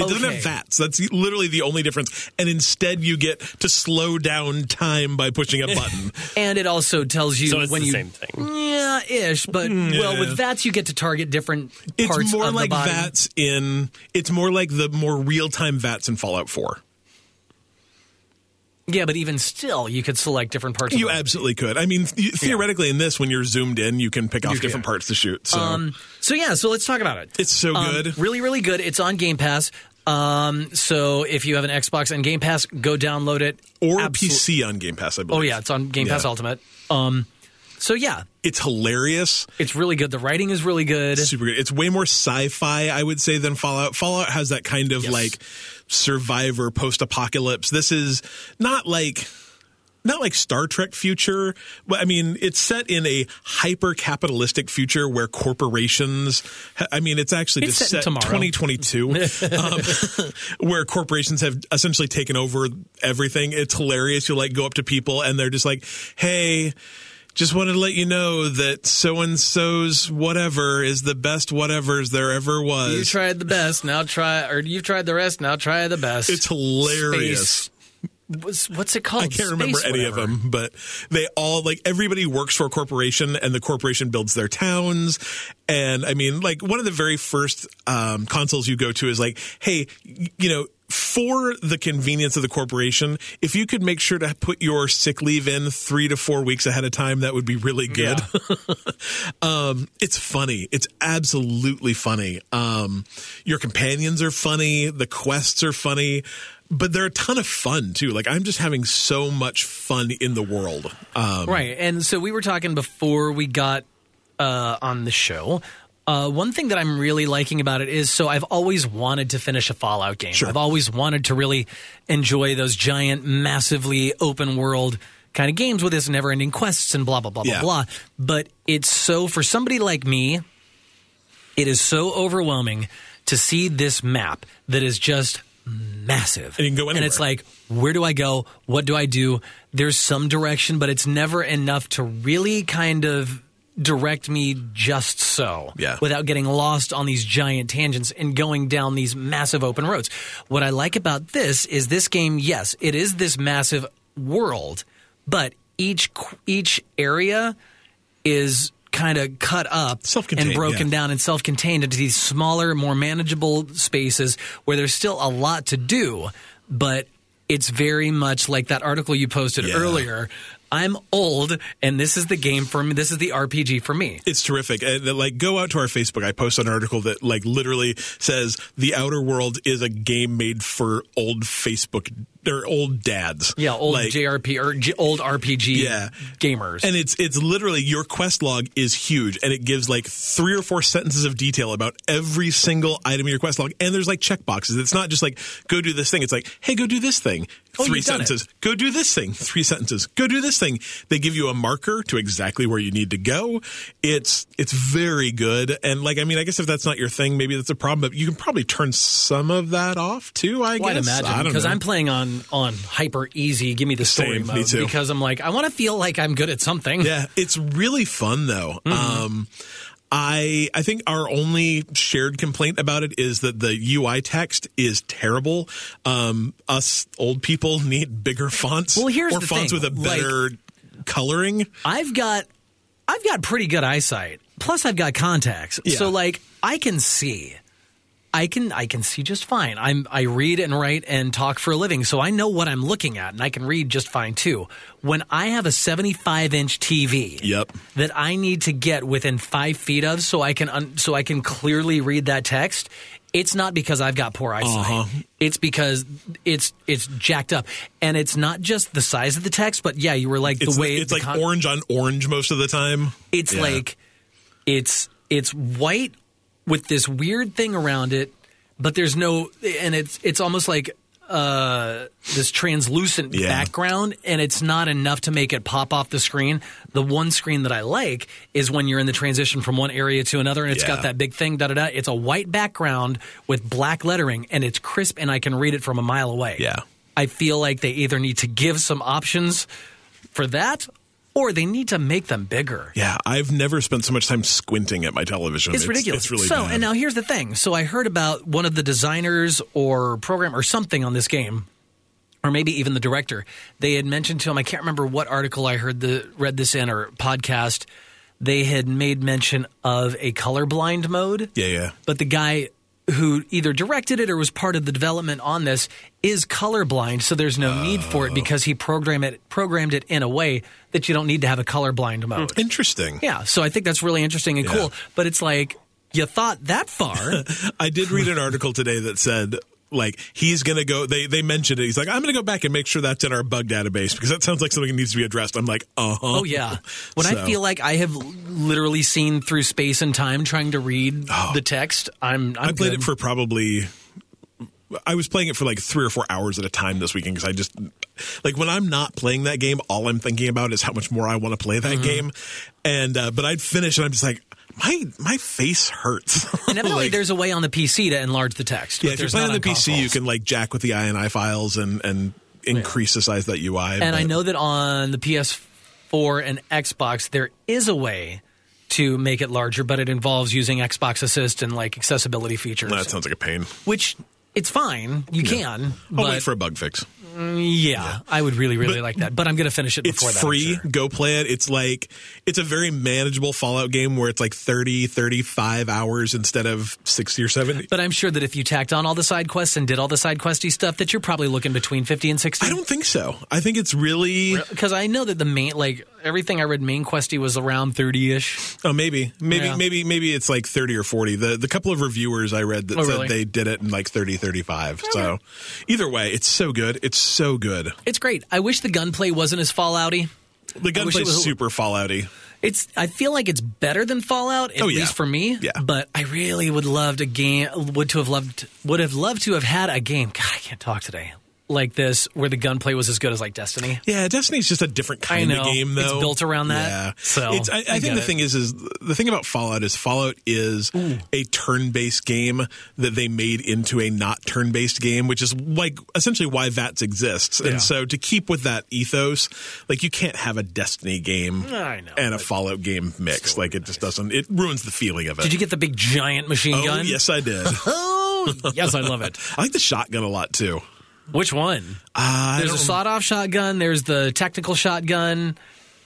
Speaker 1: Okay.
Speaker 2: have vats. That's literally the only difference. And instead, you get to slow down time by pushing a button.
Speaker 1: and it also tells you
Speaker 3: So it's
Speaker 1: when
Speaker 3: the
Speaker 1: you
Speaker 3: same thing.
Speaker 1: yeah ish, but well with VATS you get to target different
Speaker 2: Hmm, It's
Speaker 1: parts
Speaker 2: more
Speaker 1: of
Speaker 2: like
Speaker 1: the body.
Speaker 2: vats in. It's more like the more real time vats in Fallout Four.
Speaker 1: Yeah, but even still, you could select different parts.
Speaker 2: You
Speaker 1: of the body.
Speaker 2: absolutely could. I mean, th- theoretically, in this, when you're zoomed in, you can pick off
Speaker 1: You can.
Speaker 2: different parts to shoot. So
Speaker 1: So yeah, so let's talk about it.
Speaker 2: it's so
Speaker 1: Um,
Speaker 2: good.
Speaker 1: really, really good. It's on Game Pass. Um, so if you have an Xbox and Game Pass, go download it.
Speaker 2: or
Speaker 1: Absol-
Speaker 2: PC on Game Pass, I believe.
Speaker 1: Oh yeah, it's on Game Pass
Speaker 2: Yeah.
Speaker 1: Ultimate. Um, so yeah,
Speaker 2: It's hilarious.
Speaker 1: it's really good. The writing is really good.
Speaker 2: It's super good. It's way more sci-fi, I would say, than Fallout. Fallout has that kind of
Speaker 1: Yes.
Speaker 2: like survivor post-apocalypse. This is not like not like Star Trek future, but I mean, it's set in a hyper capitalistic future where corporations, I mean, it's actually
Speaker 1: It's set
Speaker 2: just set,
Speaker 1: in tomorrow.
Speaker 2: 2022, um, where corporations have essentially taken over everything. It's hilarious. You like go up to people and they're just like, hey, just wanted to let you know that so and so's whatever is the best whatever's there ever was.
Speaker 1: You tried the best. Now try, or you've tried the rest. Now try the best.
Speaker 2: it's hilarious.
Speaker 1: Space- What's, what's it called?
Speaker 2: I can't remember any of them, but they all like everybody works for a corporation and the corporation builds their towns. And I mean, like one of the very first um, consoles you go to is like, hey, y- you know, for the convenience of the corporation, if you could make sure to put your sick leave in three to four weeks ahead of time, that would be really good. um, it's funny. It's absolutely funny. Um, your companions are funny. The quests are funny, but they're a ton of fun too. Like I'm just having so much fun in the world. Um,
Speaker 1: Right. And so we were talking before we got uh, on the show. Uh, one thing that I'm really liking about it is so I've always wanted to finish a Fallout game. I've always wanted to really enjoy those giant, massively open world kind of games with this never ending quests and blah, blah, blah,
Speaker 2: Yeah.
Speaker 1: blah, blah. But it's so, for somebody like me, it is so overwhelming to see this map that is just massive.
Speaker 2: And you can go
Speaker 1: And it's
Speaker 2: anywhere.
Speaker 1: like, where do I go? What do I do? There's some direction, but it's never enough to really kind of direct me just so
Speaker 2: Yeah.
Speaker 1: without getting lost on these giant tangents and going down these massive open roads. What I like about this is this game, yes, it is this massive world, but each qu- each area is kind of cut up
Speaker 2: Self-contained,
Speaker 1: and broken
Speaker 2: yeah.
Speaker 1: down and self-contained into these smaller, more manageable spaces where there's still a lot to do, but it's very much like that article you posted
Speaker 2: Yeah.
Speaker 1: earlier. I'm old, and this is the game for me. This is the RPG for me.
Speaker 2: It's terrific. And, uh, like, go out to our Facebook. I post an article that, like, literally says The Outer World is a game made for old Facebook or old dads.
Speaker 1: Yeah, old
Speaker 2: Like,
Speaker 1: JRP or J- old RPG
Speaker 2: Yeah.
Speaker 1: gamers.
Speaker 2: And it's it's literally your quest log is huge, and it gives like three or four sentences of detail about every single item in your quest log. And there's like check boxes. It's not just like go do this thing. It's like hey, go do this thing.
Speaker 1: Oh,
Speaker 2: Three
Speaker 1: you've done it.
Speaker 2: sentences. Go do this thing. Three sentences. Go do this thing. They give you a marker to exactly where you need to go. It's it's very good. And like I mean, I guess if that's not your thing, maybe that's a problem. But you can probably turn some of that off too. I
Speaker 1: Well, I'd
Speaker 2: guess. I
Speaker 1: imagine
Speaker 2: don't
Speaker 1: because
Speaker 2: know.
Speaker 1: I'm playing on on hyper easy. Give me the story
Speaker 2: Same, me
Speaker 1: mode
Speaker 2: too.
Speaker 1: because I'm like I want to feel like I'm good at something.
Speaker 2: Yeah, it's really fun though.
Speaker 1: Mm-hmm.
Speaker 2: Um, I I think our only shared complaint about it is that the UI text is terrible. Um, us old people need bigger fonts.
Speaker 1: Well, here's
Speaker 2: or
Speaker 1: the
Speaker 2: fonts
Speaker 1: thing,
Speaker 2: with a
Speaker 1: like-
Speaker 2: better coloring.
Speaker 1: I've got I've got pretty good eyesight. Plus I've got contacts.
Speaker 2: Yeah.
Speaker 1: So like I can see. I can I can see just fine. I'm I read and write and talk for a living, so I know what I'm looking at and I can read just fine too. When I have a 75 inch TV
Speaker 2: Yep.
Speaker 1: that I need to get within five feet of so I can un- so I can clearly read that text. It's not because I've got poor eyesight.
Speaker 2: Uh-huh.
Speaker 1: It's because it's it's jacked up, and it's not just the size of the text, but yeah, you were like
Speaker 2: It's,
Speaker 1: the way
Speaker 2: it's
Speaker 1: the
Speaker 2: like
Speaker 1: con-
Speaker 2: orange on orange most of the time.
Speaker 1: It's
Speaker 2: Yeah.
Speaker 1: like it's it's white with this weird thing around it, but there's no and it's it's almost like uh this translucent
Speaker 2: Yeah.
Speaker 1: background and it's not enough to make it pop off the screen. The one screen that I like is when you're in the transition from one area to another and it's
Speaker 2: Yeah.
Speaker 1: got that big thing da da da. It's a white background with black lettering and it's crisp and I can read it from a mile away.
Speaker 2: Yeah.
Speaker 1: I feel like they either need to give some options for that or they need to make them bigger.
Speaker 2: yeah. I've never spent so much time squinting at my television.
Speaker 1: It's, ridiculous.
Speaker 2: It's really
Speaker 1: so,
Speaker 2: bad.
Speaker 1: and uh, now here's the thing. So I heard about one of the designers or program or something on this game, or maybe even the director. They had mentioned to him. I can't remember what article I heard the read this in or podcast. They had made mention of a colorblind mode.
Speaker 2: yeah, yeah.
Speaker 1: But the guy who either directed it or was part of the development on this is colorblind, so there's no need for it because he programmed it programmed it in a way that you don't need to have a colorblind mode.
Speaker 2: Interesting.
Speaker 1: Yeah, so I think that's really interesting and cool. But it's like you thought that far.
Speaker 2: I did read an article today that said like he's going to go they they mentioned it he's like I'm going to go back and make sure that's in our bug database because that sounds like something that needs to be addressed. I'm like, "Uh-huh."
Speaker 1: oh yeah, when
Speaker 2: So-
Speaker 1: I feel like I have literally seen through space and time trying to read the text, I'm. I'm
Speaker 2: Oh. I played
Speaker 1: good.
Speaker 2: it for probably I was playing it for like 3 or 4 hours at a time this weekend cuz I just like when I'm not playing that game all I'm thinking about is how much more I want to play that
Speaker 1: Mm-hmm.
Speaker 2: game. And uh, but I'd finish and I'm just like my my face hurts.
Speaker 1: And evidently,
Speaker 2: Like-
Speaker 1: there's a way on the PC to enlarge the text.
Speaker 2: Yeah,
Speaker 1: but
Speaker 2: if you're
Speaker 1: there's
Speaker 2: playing on
Speaker 1: not
Speaker 2: the PC, you
Speaker 1: consoles.
Speaker 2: can like jack with the INI files and and increase the size of that UI.
Speaker 1: And I
Speaker 2: but-
Speaker 1: know that on the PS4 and Xbox, there is a way to make it larger, but it involves using Xbox Assist and like accessibility features,
Speaker 2: that sounds like a pain.
Speaker 1: which it's fine. You can,
Speaker 2: I'll
Speaker 1: but
Speaker 2: Oh, wait for a bug fix.
Speaker 1: yeah, I would really, really like that. But I'm going to finish it
Speaker 2: It's
Speaker 1: before that. I'm
Speaker 2: free.
Speaker 1: sure.
Speaker 2: Go play it. It's like it's a very manageable Fallout game where it's like 30, 35 hours instead of 60 or 70.
Speaker 1: But I'm sure that if you tacked on all the side quests and did all the side questy stuff, that you're probably looking between 50 and 60.
Speaker 2: I don't think so. I think it's really
Speaker 1: because I know that the main, like everything I read, main questy was around 30 ish.
Speaker 2: oh maybe maybe
Speaker 1: Yeah.
Speaker 2: maybe maybe it's like 30 or 40. The the couple of reviewers I read that
Speaker 1: Oh,
Speaker 2: said
Speaker 1: really?
Speaker 2: they did it in like 30 35. So either way, it's so good. It's so good.
Speaker 1: It's great. I wish the gunplay wasn't as Fallouty.
Speaker 2: The gunplay
Speaker 1: was a-
Speaker 2: is super Fallouty.
Speaker 1: It's. I feel like it's better than Fallout, at
Speaker 2: Oh, yeah.
Speaker 1: least for me.
Speaker 2: Yeah.
Speaker 1: But I really would loved a game. Would to have loved. Would have loved to have had a game. God, I can't talk today. Like this, where the gunplay was as good as like Destiny.
Speaker 2: Yeah, Destiny's just a different
Speaker 1: I
Speaker 2: kind of
Speaker 1: know.
Speaker 2: game,
Speaker 1: It's
Speaker 2: though.
Speaker 1: built around that.
Speaker 2: Yeah.
Speaker 1: So,
Speaker 2: it's, I, I,
Speaker 1: I
Speaker 2: think
Speaker 1: get
Speaker 2: the
Speaker 1: it.
Speaker 2: thing is, is the thing about Fallout is Fallout is a turn-based game that they made into a not turn-based game, which is like essentially why VATS exists.
Speaker 1: Yeah.
Speaker 2: And so to keep with that ethos, like you can't have a Destiny game
Speaker 1: I know,
Speaker 2: and a
Speaker 1: but
Speaker 2: Fallout game mixed. Like it just doesn't. It ruins the feeling of it.
Speaker 1: Did you get the big giant machine
Speaker 2: oh,
Speaker 1: gun?
Speaker 2: yes, I did.
Speaker 1: Oh, yes, I love it.
Speaker 2: I like the shotgun a lot too.
Speaker 1: Which one?
Speaker 2: Uh,
Speaker 1: There's a sawed off shotgun, there's the tactical shotgun,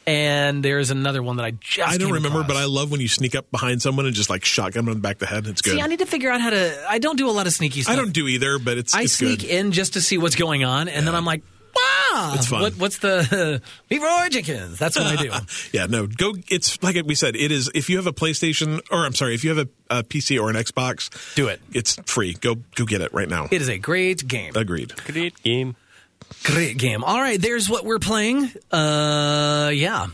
Speaker 1: and there's another one that I just
Speaker 2: I don't
Speaker 1: came
Speaker 2: remember, but I
Speaker 1: across.
Speaker 2: love when you sneak up behind someone and just like shotgun them in the back of the head. It's good.
Speaker 1: See, I need to figure out how to. I don't do a lot of sneaky stuff.
Speaker 2: I don't do either, but it's,
Speaker 1: I
Speaker 2: it's
Speaker 1: sneak
Speaker 2: good.
Speaker 1: in just to see what's going on, and then I'm like, wow.
Speaker 2: It's fun.
Speaker 1: What, what's the. Leroy Jenkins. That's what I do.
Speaker 2: Yeah, no, go. It's like we said. It is if you have a PlayStation, or I'm sorry, if you have a, a PC or an Xbox,
Speaker 1: Do it.
Speaker 2: It's free. Go go get it right now.
Speaker 1: It is a great game.
Speaker 2: Agreed.
Speaker 3: Great game.
Speaker 1: Great game. All right, there's what we're playing. Uh, yeah.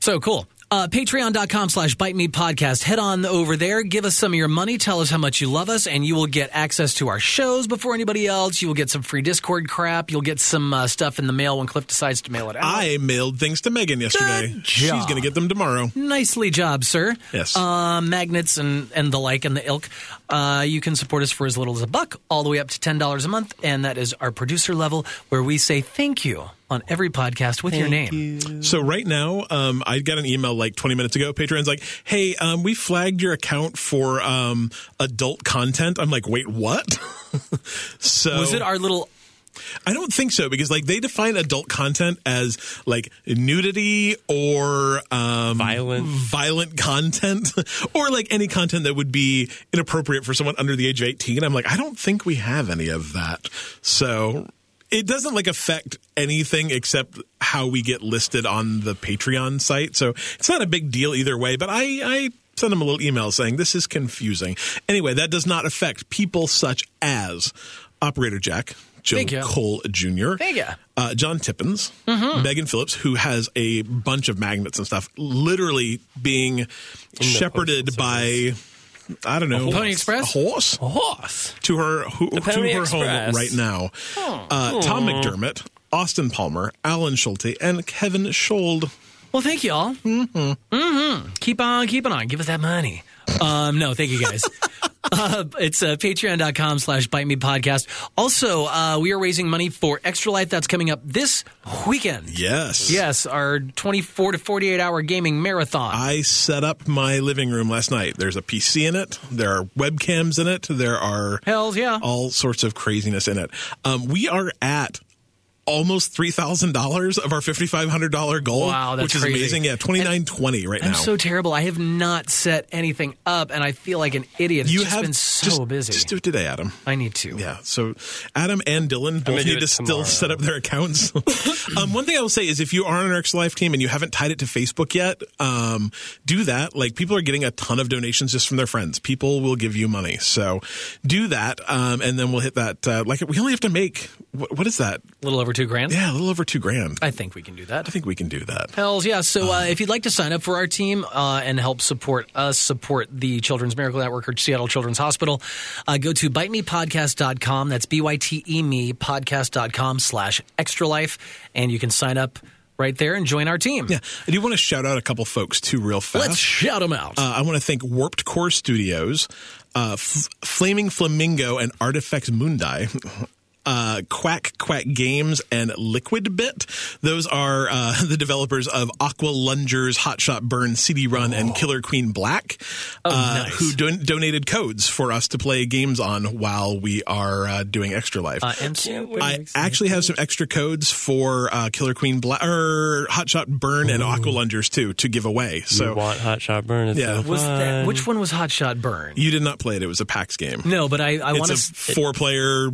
Speaker 1: So cool. Uh, Patreon.com slash Bite Me Podcast. Head on over there. Give us some of your money. Tell us how much you love us, and you will get access to our shows before anybody else. You will get some free Discord crap. You'll get some uh, stuff in the mail when Cliff decides to mail it out.
Speaker 2: I mailed things to Megan yesterday.
Speaker 1: Good
Speaker 2: She's
Speaker 1: job.
Speaker 2: going to get them tomorrow.
Speaker 1: Nicely job, sir.
Speaker 2: Yes.
Speaker 1: Uh, magnets and, and the like and the ilk. Uh, you can support us for as little as a buck, all the way up to $10 a month. And that is our producer level where we say thank you on every podcast with your name.
Speaker 2: So right now, um, I got an email like 20 minutes ago. Patreon's like, "Hey, um, we flagged your account for um, adult content." I'm like, "Wait, what?" so
Speaker 1: Was it our little.
Speaker 2: I don't think so because like they define adult content as like nudity or um,
Speaker 3: Violent.
Speaker 2: violent content or like any content that would be inappropriate for someone under the age of 18. I'm like, I don't think we have any of that. So it doesn't like affect anything except how we get listed on the Patreon site. So it's not a big deal either way, but I, I sent them a little email saying this is confusing. Anyway, that does not affect people such as Operator Jack. Joe
Speaker 1: Thank you.
Speaker 2: Cole Jr.
Speaker 1: Thank you.
Speaker 2: Uh, John Tippins, Megan Phillips, who has a bunch of magnets and stuff, literally being shepherded by, I don't know,
Speaker 1: Pony Express?
Speaker 2: a horse
Speaker 3: Horse.
Speaker 2: to her who, to
Speaker 3: Pony
Speaker 2: her home
Speaker 3: Express.
Speaker 2: right now. Uh, Tom McDermott, Austin Palmer, Alan Schulte, and Kevin Schold.
Speaker 1: Well, thank you all. Mm-hmm. Mm-hmm. Keep on keeping on. Give us that money. Um, no, thank you guys. uh, it's uh, patreon.com slash bite me podcast. Also, uh, we are raising money for Extra Life. That's coming up this weekend.
Speaker 2: Yes,
Speaker 1: Yes, our 24 to 48 hour gaming marathon.
Speaker 2: I set up my living room last night. There's a PC in it. There are webcams in it. There are
Speaker 1: Hells yeah.
Speaker 2: all sorts of craziness in it. Um, we are at almost three thousand dollars of our fifty five hundred dollar goal.
Speaker 1: Wow, that's
Speaker 2: which is
Speaker 1: crazy.
Speaker 2: amazing. Yeah, twenty nine twenty right
Speaker 1: I'm
Speaker 2: now.
Speaker 1: so terrible. I have not set anything up, and I feel like an idiot. It's
Speaker 2: you
Speaker 1: just
Speaker 2: have
Speaker 1: been so
Speaker 2: just-
Speaker 1: busy.
Speaker 2: Just do it today, Adam.
Speaker 1: I need to.
Speaker 2: Yeah. So Adam and Dylan
Speaker 3: gonna
Speaker 2: both
Speaker 3: do
Speaker 2: need
Speaker 3: it
Speaker 2: to
Speaker 3: tomorrow.
Speaker 2: still set up their accounts. um, one thing I will say is if you are on our X Life team and you haven't tied it to Facebook yet, um, do that. Like people are getting a ton of donations just from their friends. People will give you money. So do that. Um, and then we'll hit that. Uh, like we only have to make, wh- what is that?
Speaker 1: A little over two grand.
Speaker 2: Yeah, a little over two grand. I
Speaker 1: I think we can do that.
Speaker 2: think we can do that.
Speaker 1: Hells yeah. So uh, if you'd like to sign up for our team uh, and help support us, support the Children's Miracle Network or Seattle Children's Hospital, uh, go to bitemepodcast.com. That's B-Y-T-E E me podcast.com slash extra life. And you can sign up right there and join our team.
Speaker 2: Yeah. I do want to shout out a couple folks too, real fast.
Speaker 1: Let's shout them out.
Speaker 2: Uh, I want to thank Warped Core Studios, uh, F- Flaming Flamingo, and Artifact Mundi. Uh, Quack Quack Games and Liquid Bit. Those are uh, the developers of Aqua Lungers, Hot Shot Burn, CD Run, and Killer Queen Black, uh,
Speaker 1: Oh, nice.
Speaker 2: who don- donated codes for us to play games on while we are uh, doing Extra Life.
Speaker 1: Uh, and
Speaker 2: I actually have some extra codes for uh, Killer Queen Black or Hot Shot Burn and Aqua Lungers too to give away. So
Speaker 3: you want hot shot burn? It's
Speaker 2: Yeah.
Speaker 3: so
Speaker 1: was that,
Speaker 3: fun.
Speaker 1: which one was Hot Shot Burn?
Speaker 2: You did not play it. It was a PAX game.
Speaker 1: no, but I, I want
Speaker 2: it's a
Speaker 1: to.
Speaker 2: four player.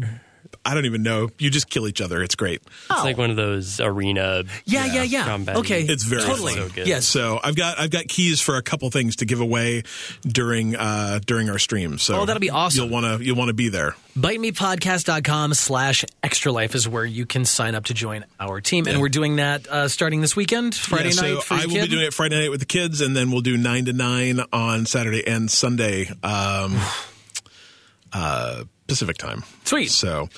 Speaker 2: I don't even know. You just kill each other. It's great.
Speaker 3: It's like one of those arena.
Speaker 1: Oh, Yeah, yeah, yeah.
Speaker 3: combat.
Speaker 1: Okay,
Speaker 2: It's very
Speaker 1: totally.
Speaker 2: fun.
Speaker 3: So good.
Speaker 1: Yes.
Speaker 2: So I've got I've got keys for a couple things to give away during uh during our stream. So
Speaker 1: Oh, that'll be awesome.
Speaker 2: You'll wanna you'll wanna be there.
Speaker 1: bitemepodcast.com slash extra life is where you can sign up to join our team and we're doing that uh, starting this weekend friday
Speaker 2: Yeah, so
Speaker 1: night for
Speaker 2: I
Speaker 1: your
Speaker 2: will
Speaker 1: kid.
Speaker 2: be doing it Friday night with the kids, and then we'll do nine to nine on Saturday and Sunday, um, uh, Pacific time.
Speaker 1: Sweet.
Speaker 2: So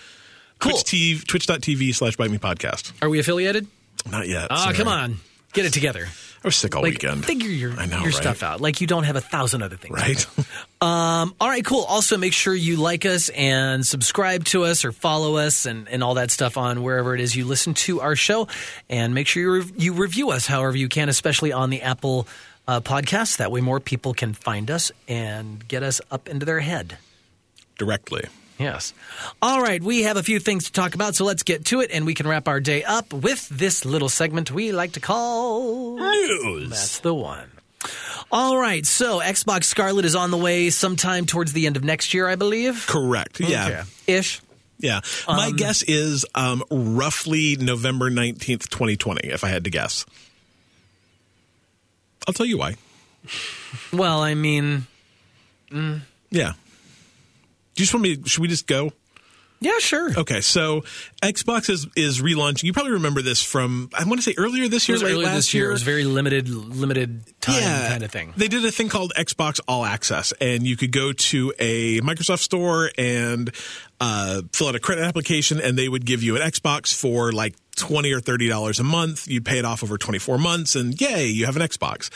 Speaker 1: Cool.
Speaker 2: Twitch TV, twitch.tv slash bite me podcast.
Speaker 1: are we affiliated
Speaker 2: Not yet.
Speaker 1: ah
Speaker 2: sorry.
Speaker 1: come on get it together
Speaker 2: I was sick all
Speaker 1: like
Speaker 2: weekend.
Speaker 1: figure your,
Speaker 2: I know,
Speaker 1: your
Speaker 2: right?
Speaker 1: stuff out like you don't have a thousand other things
Speaker 2: Right.
Speaker 1: all right cool also make sure you like us and subscribe to us or follow us and, and all that stuff on wherever it is you listen to our show and make sure you, rev- you review us however you can especially on the apple uh, podcast that way more people can find us and get us up into their head
Speaker 2: Directly.
Speaker 1: Yes. All right, we have a few things to talk about, so let's get to it, and we can wrap our day up with this little segment we like to call
Speaker 3: News.
Speaker 1: That's the One. All right, so Xbox Scarlet is on the way sometime towards the end of next year, I believe.
Speaker 2: Correct. Yeah.
Speaker 1: Ish.
Speaker 2: Yeah. My guess is um, roughly November 19th, 2020, if I had to guess. I'll tell you why.
Speaker 1: Well, I mean,
Speaker 2: Yeah. Do you just want me? Should we just go?
Speaker 1: Yeah, sure.
Speaker 2: Okay, so Xbox is is relaunching. You probably remember this from I want to say earlier this
Speaker 1: It
Speaker 2: year,
Speaker 1: was
Speaker 2: late
Speaker 1: earlier
Speaker 2: last
Speaker 1: this year. It was very limited, limited time kind of thing.
Speaker 2: They did a thing called Xbox All Access, and you could go to a Microsoft store and uh, fill out a credit application, and they would give you an Xbox for like twenty or thirty dollars a month. You'd pay it off over twenty four months, and yay, you have an Xbox.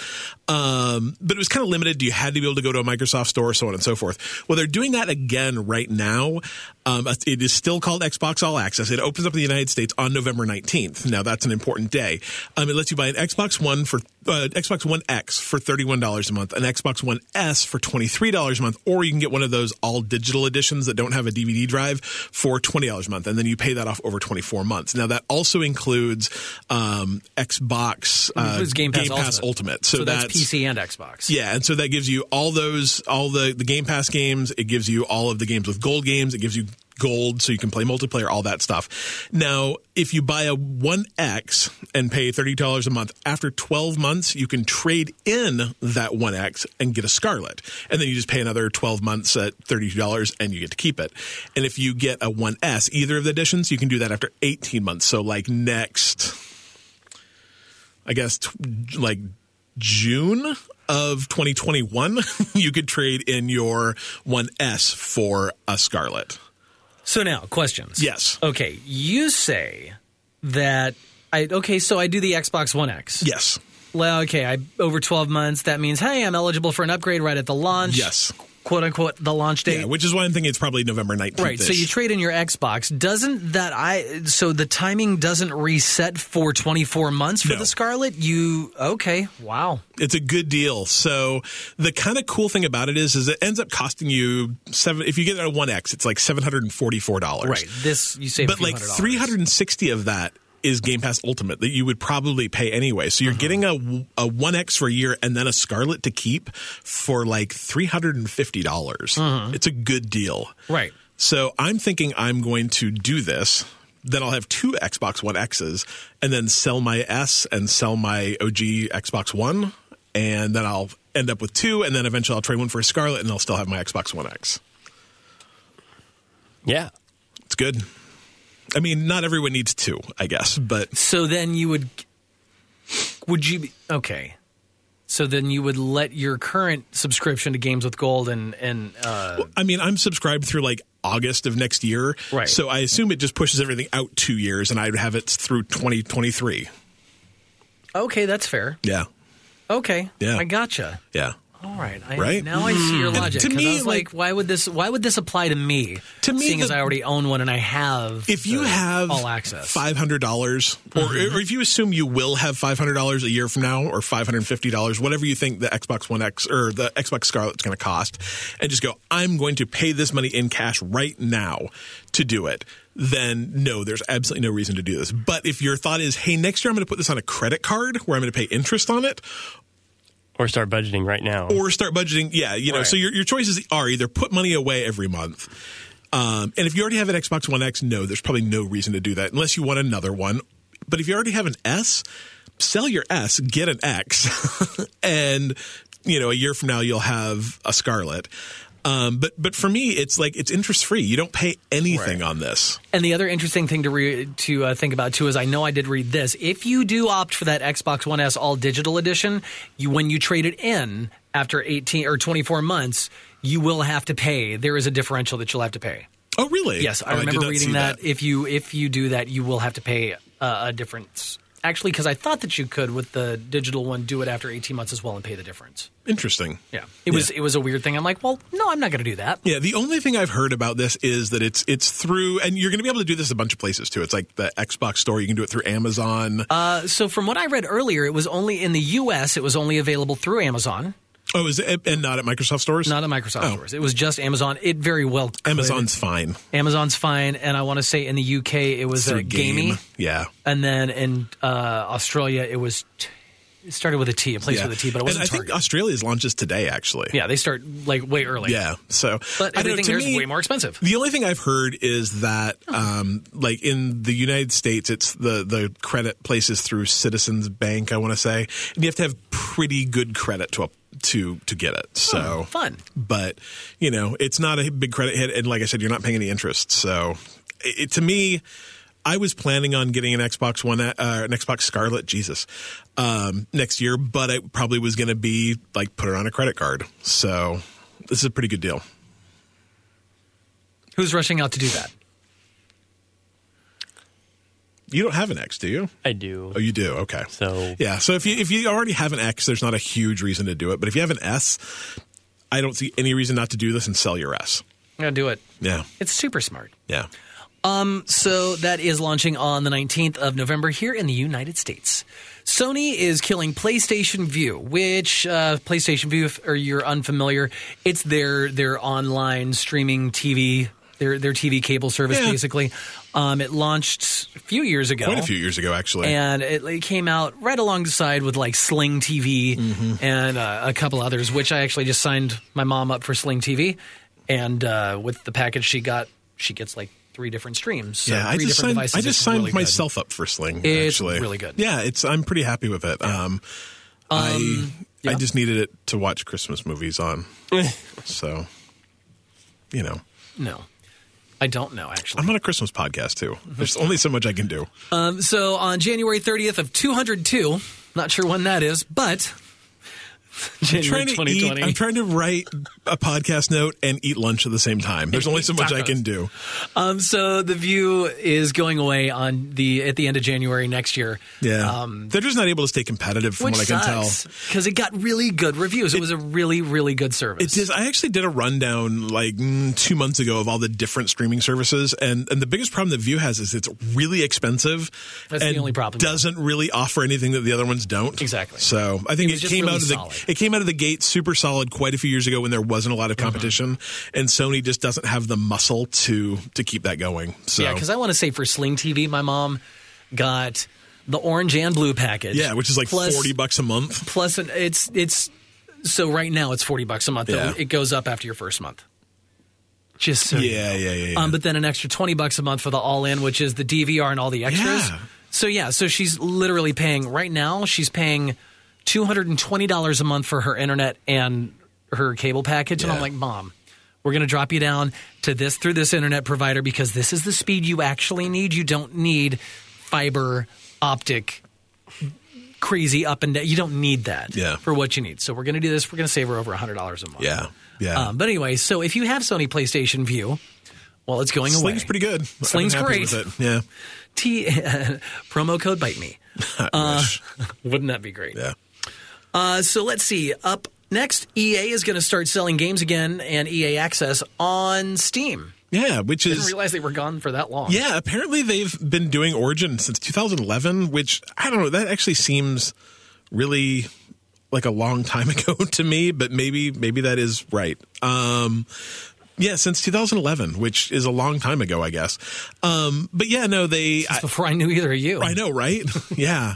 Speaker 2: Um, but it was kind of limited. You had to be able to go to a Microsoft store, so on and so forth. Well, they're doing that again right now. Um, it is still called Xbox All Access. It opens up in the United States on November 19th. Now that's an important day. Um, it lets you buy an Xbox One for uh, Xbox One X for $31 a month, an Xbox One S for $23 a month, or you can get one of those all digital editions that don't have a DVD drive for $20 a month, and then you pay that off over 24 months. Now that also includes um, Xbox
Speaker 1: It
Speaker 2: uh,
Speaker 1: was Game Pass Ultimate.
Speaker 2: So,
Speaker 1: So that's, PC and Xbox.
Speaker 2: yeah, and so that gives you all those, all the, the Game Pass games. It gives you all of the games with gold games. It gives you gold so you can play multiplayer, all that stuff. Now, if you buy a 1X and pay $30 a month, after 12 months, you can trade in that 1X and get a Scarlet. And then you just pay another 12 months at $32 and you get to keep it. And if you get a 1S, either of the editions, you can do that after 18 months. So, like next. I guess t- like June of 2021, you could trade in your 1S for a Scarlet.
Speaker 1: So now, questions.
Speaker 2: Yes.
Speaker 1: Okay, you say that I okay, so I do the Xbox One X.
Speaker 2: Yes.
Speaker 1: Well, okay, I over 12 months, that means hey, I'm eligible for an upgrade right at the launch.
Speaker 2: Yes.
Speaker 1: Quote unquote the launch date.
Speaker 2: Yeah, which is why I'm thinking it's probably November 19th.
Speaker 1: Right, so you trade in your Xbox. Doesn't that I so the timing doesn't reset for 24 months for
Speaker 2: No.
Speaker 1: the Scarlet? You okay, wow.
Speaker 2: it's a good deal. So the kind of cool thing about it is, is it ends up costing you seven. If you get a 1X, it's like $744.
Speaker 1: Right. This you save a
Speaker 2: but
Speaker 1: few
Speaker 2: like
Speaker 1: hundred dollars.
Speaker 2: 360 of that is Game Pass Ultimate that you would probably pay anyway. So you're
Speaker 1: Uh-huh.
Speaker 2: getting a a one X for a year and then a Scarlet to keep for like three hundred and fifty dollars.
Speaker 1: Uh-huh.
Speaker 2: It's a good deal,
Speaker 1: Right.
Speaker 2: So I'm thinking I'm going to do this. Then I'll have two Xbox One X's and then sell my S and sell my OG Xbox One, and then I'll end up with two, and then eventually I'll trade one for a Scarlet, and I'll still have my Xbox One X.
Speaker 3: Yeah.
Speaker 2: It's good. I mean, not everyone needs two, I guess, but
Speaker 1: So then you would would you be okay? So then you would let your current subscription to Games with Gold and and uh,
Speaker 2: I mean, I'm subscribed through like August of next year.
Speaker 1: Right.
Speaker 2: So I assume it just pushes everything out two years and I'd have it through 2023.
Speaker 1: okay, that's fair.
Speaker 2: Yeah.
Speaker 1: Okay,
Speaker 2: Yeah.
Speaker 1: I gotcha.
Speaker 2: Yeah.
Speaker 1: All right, I,
Speaker 2: Right? Mm.
Speaker 1: now I see your logic.
Speaker 2: to
Speaker 1: 'cause
Speaker 2: me,
Speaker 1: I was like,
Speaker 2: like-
Speaker 1: why would this? Why would this apply to me?
Speaker 2: To me,
Speaker 1: seeing as
Speaker 2: the-
Speaker 1: I already own one and I have,
Speaker 2: If you
Speaker 1: the
Speaker 2: have
Speaker 1: all access, Mm-hmm.
Speaker 2: $500 or, or if you assume you will have $500 a year from now or $550, whatever you think the Xbox One X or the Xbox Scarlet's going to cost, and just go, I'm going to pay this money in cash right now to do it, then no, there's absolutely no reason to do this. But if your thought is, hey, next year I'm going to put this on a credit card where I'm going to pay interest on it,
Speaker 3: Or start budgeting right now.
Speaker 2: or start budgeting. Yeah, you know.
Speaker 3: Right.
Speaker 2: So your your choices are either put money away every month, um, and if you already have an Xbox One X, no, there's probably no reason to do that unless you want another one. But if you already have an S, sell your S, get an X, and you know a year from now you'll have a Scarlet. Um, but but for me, it's like it's interest free. You don't pay anything on this.
Speaker 1: And the other interesting thing to re- to uh, think about too is I know I did read this. If you do opt for that Xbox One S All Digital Edition, you when you trade it in after eighteen or twenty four months, you will have to pay. There is a differential that you'll have to pay.
Speaker 2: Oh really?
Speaker 1: Yes, I
Speaker 2: Oh, did
Speaker 1: remember
Speaker 2: not
Speaker 1: reading
Speaker 2: see
Speaker 1: that. If you if you do that, you will have to pay uh, a difference. Actually, because I thought that you could with the digital one do it after eighteen months as well and pay the difference.
Speaker 2: Interesting.
Speaker 1: Yeah, it was it was a weird thing. I'm like, well, no, I'm not going to do that.
Speaker 2: Yeah, the only thing I've heard about this is that it's it's through, and you're going to be able to do this a bunch of places too. It's like the Xbox Store. You can do it through Amazon.
Speaker 1: Uh, so from what I read earlier, it was only in the U.S. It was only available through Amazon.
Speaker 2: oh, is it and not at Microsoft stores?
Speaker 1: Not at Microsoft stores. It was just Amazon. It very well. could.
Speaker 2: Oh. Amazon's fine.
Speaker 1: Amazon's fine, and I want to say in the UK it was uh,
Speaker 2: Through
Speaker 1: Gamey,
Speaker 2: Game. Yeah.
Speaker 1: and then in uh, Australia it was. T- it started with a T, a place
Speaker 2: yeah.
Speaker 1: with a T, but it
Speaker 2: and
Speaker 1: wasn't
Speaker 2: I
Speaker 1: Target.
Speaker 2: think Australia's launches today, actually.
Speaker 1: yeah, they start like way early.
Speaker 2: Yeah. So,
Speaker 1: but
Speaker 2: I don't know,
Speaker 1: everything
Speaker 2: to
Speaker 1: there's
Speaker 2: me-
Speaker 1: way more expensive.
Speaker 2: The only thing I've heard is that, um, like in the United States, it's the the credit places through Citizens Bank. I want to say, and you have to have pretty good credit to to to get it. So
Speaker 1: Fun.
Speaker 2: but you know it's not a big credit hit and like i said you're not paying any interest so it, to me, I was planning on getting an Xbox One, uh, an Xbox Scarlet, Jesus, um, next year, but I probably was going to be like put it on a credit card. So this is a pretty good deal.
Speaker 1: Who's rushing out to do that?
Speaker 2: You don't have an X, do you?
Speaker 3: I do.
Speaker 2: Oh, you do. Okay.
Speaker 3: So-
Speaker 2: yeah. So if you if you already have an X, there's not a huge reason to do it. But if you have an S, I don't see any reason not to do this and sell your S.
Speaker 1: Yeah, do it.
Speaker 2: Yeah.
Speaker 1: It's super smart.
Speaker 2: Yeah.
Speaker 1: Um, So that is launching on the 19th of November here in the United States. Sony is killing PlayStation View, which uh, PlayStation View, if or you're unfamiliar, it's their their online streaming TV, their their TV cable service,
Speaker 2: Yeah.
Speaker 1: basically. Um, it launched a few years ago,
Speaker 2: Quite a few years ago, actually.
Speaker 1: Oh. and it, it came out right alongside with like Sling TV
Speaker 2: Mm-hmm.
Speaker 1: and uh, a couple others, which I actually just signed my mom up for Sling TV, and uh, with the package she got, she gets like three different streams. So
Speaker 2: yeah,
Speaker 1: three
Speaker 2: I just
Speaker 1: different
Speaker 2: signed.
Speaker 1: devices.
Speaker 2: I just
Speaker 1: It's
Speaker 2: signed
Speaker 1: really good.
Speaker 2: myself up for Sling.
Speaker 1: It's
Speaker 2: actually,
Speaker 1: really good.
Speaker 2: Yeah, it's. I'm pretty happy with it. Um,
Speaker 1: Um,
Speaker 2: I I just needed it to watch Christmas movies on.
Speaker 1: Eh.
Speaker 2: so, you know,
Speaker 1: No, I don't know actually.
Speaker 2: I'm on a Christmas podcast too.
Speaker 1: Mm-hmm.
Speaker 2: There's only so much I can do.
Speaker 1: Um, so on January 30th of 202, not sure when that is, but January
Speaker 2: trying to eat.
Speaker 1: 2020.
Speaker 2: I'm trying to write a podcast note and eat lunch at the same time. There's only so much I
Speaker 1: tacos.
Speaker 2: can do.
Speaker 1: Um, so the view is going away on the at the end of January next year.
Speaker 2: Yeah,
Speaker 1: Um,
Speaker 2: they're just not able to stay competitive from
Speaker 1: which
Speaker 2: what I can tell.
Speaker 1: because it got really good reviews. It, was a really really good service.
Speaker 2: It is. I actually did a rundown like mm, two months ago of all the different streaming services, and and the biggest problem that View has is it's really expensive.
Speaker 1: That's the
Speaker 2: and
Speaker 1: only problem.
Speaker 2: Doesn't really offer anything that the other ones don't.
Speaker 1: Exactly.
Speaker 2: So I think
Speaker 1: was
Speaker 2: it,
Speaker 1: just
Speaker 2: came
Speaker 1: really
Speaker 2: out of the
Speaker 1: solid.
Speaker 2: it came out of the gate super solid quite a few years ago when there wasn't a lot of
Speaker 1: Uh-huh.
Speaker 2: competition, and Sony just doesn't have the muscle to to keep that going. So
Speaker 1: Yeah, because I want to say for Sling TV, my mom got the orange and blue package.
Speaker 2: Yeah, which is like
Speaker 1: plus-
Speaker 2: forty bucks a month.
Speaker 1: plus an, it's it's so right now it's 40 bucks a month
Speaker 2: Yeah.
Speaker 1: it goes up after your first month just so you
Speaker 2: Yeah,
Speaker 1: know.
Speaker 2: yeah, yeah. yeah.
Speaker 1: um but then an extra 20 bucks a month for the all in which is the DVR and all the extras
Speaker 2: Yeah.
Speaker 1: so yeah so she's literally paying right now she's paying $220 a month for her internet and her cable package and I'm
Speaker 2: Yeah.
Speaker 1: like mom we're going to drop you down to this through this internet provider because this is the speed you actually need you don't need fiber optic crazy up and down. You don't need that
Speaker 2: Yeah.
Speaker 1: for what you need. So we're going to do this. We're going to save her over $100 a month.
Speaker 2: yeah, yeah.
Speaker 1: Um, but anyway, so if you have Sony PlayStation View, well, it's going
Speaker 2: Sling's
Speaker 1: away.
Speaker 2: pretty good. I've been
Speaker 1: Sling's
Speaker 2: happy
Speaker 1: great.
Speaker 2: With it. Yeah.
Speaker 1: T- promo code bite me.
Speaker 2: I
Speaker 1: Uh,
Speaker 2: wish.
Speaker 1: Wouldn't that be great?
Speaker 2: yeah.
Speaker 1: Uh, so let's see. Up next, EA is going to start selling games again and EA Access on Steam.
Speaker 2: Yeah, which
Speaker 1: I didn't
Speaker 2: is
Speaker 1: realize they were gone for that long.
Speaker 2: Yeah, apparently they've been doing Origin since 2011, which I don't know. That actually seems really like a long time ago to me, but maybe maybe that is right. Um, yeah, since 2011, which is a long time ago, I guess. Um, but yeah, no, they. I-
Speaker 1: Before I knew either of you.
Speaker 2: I know, right? yeah.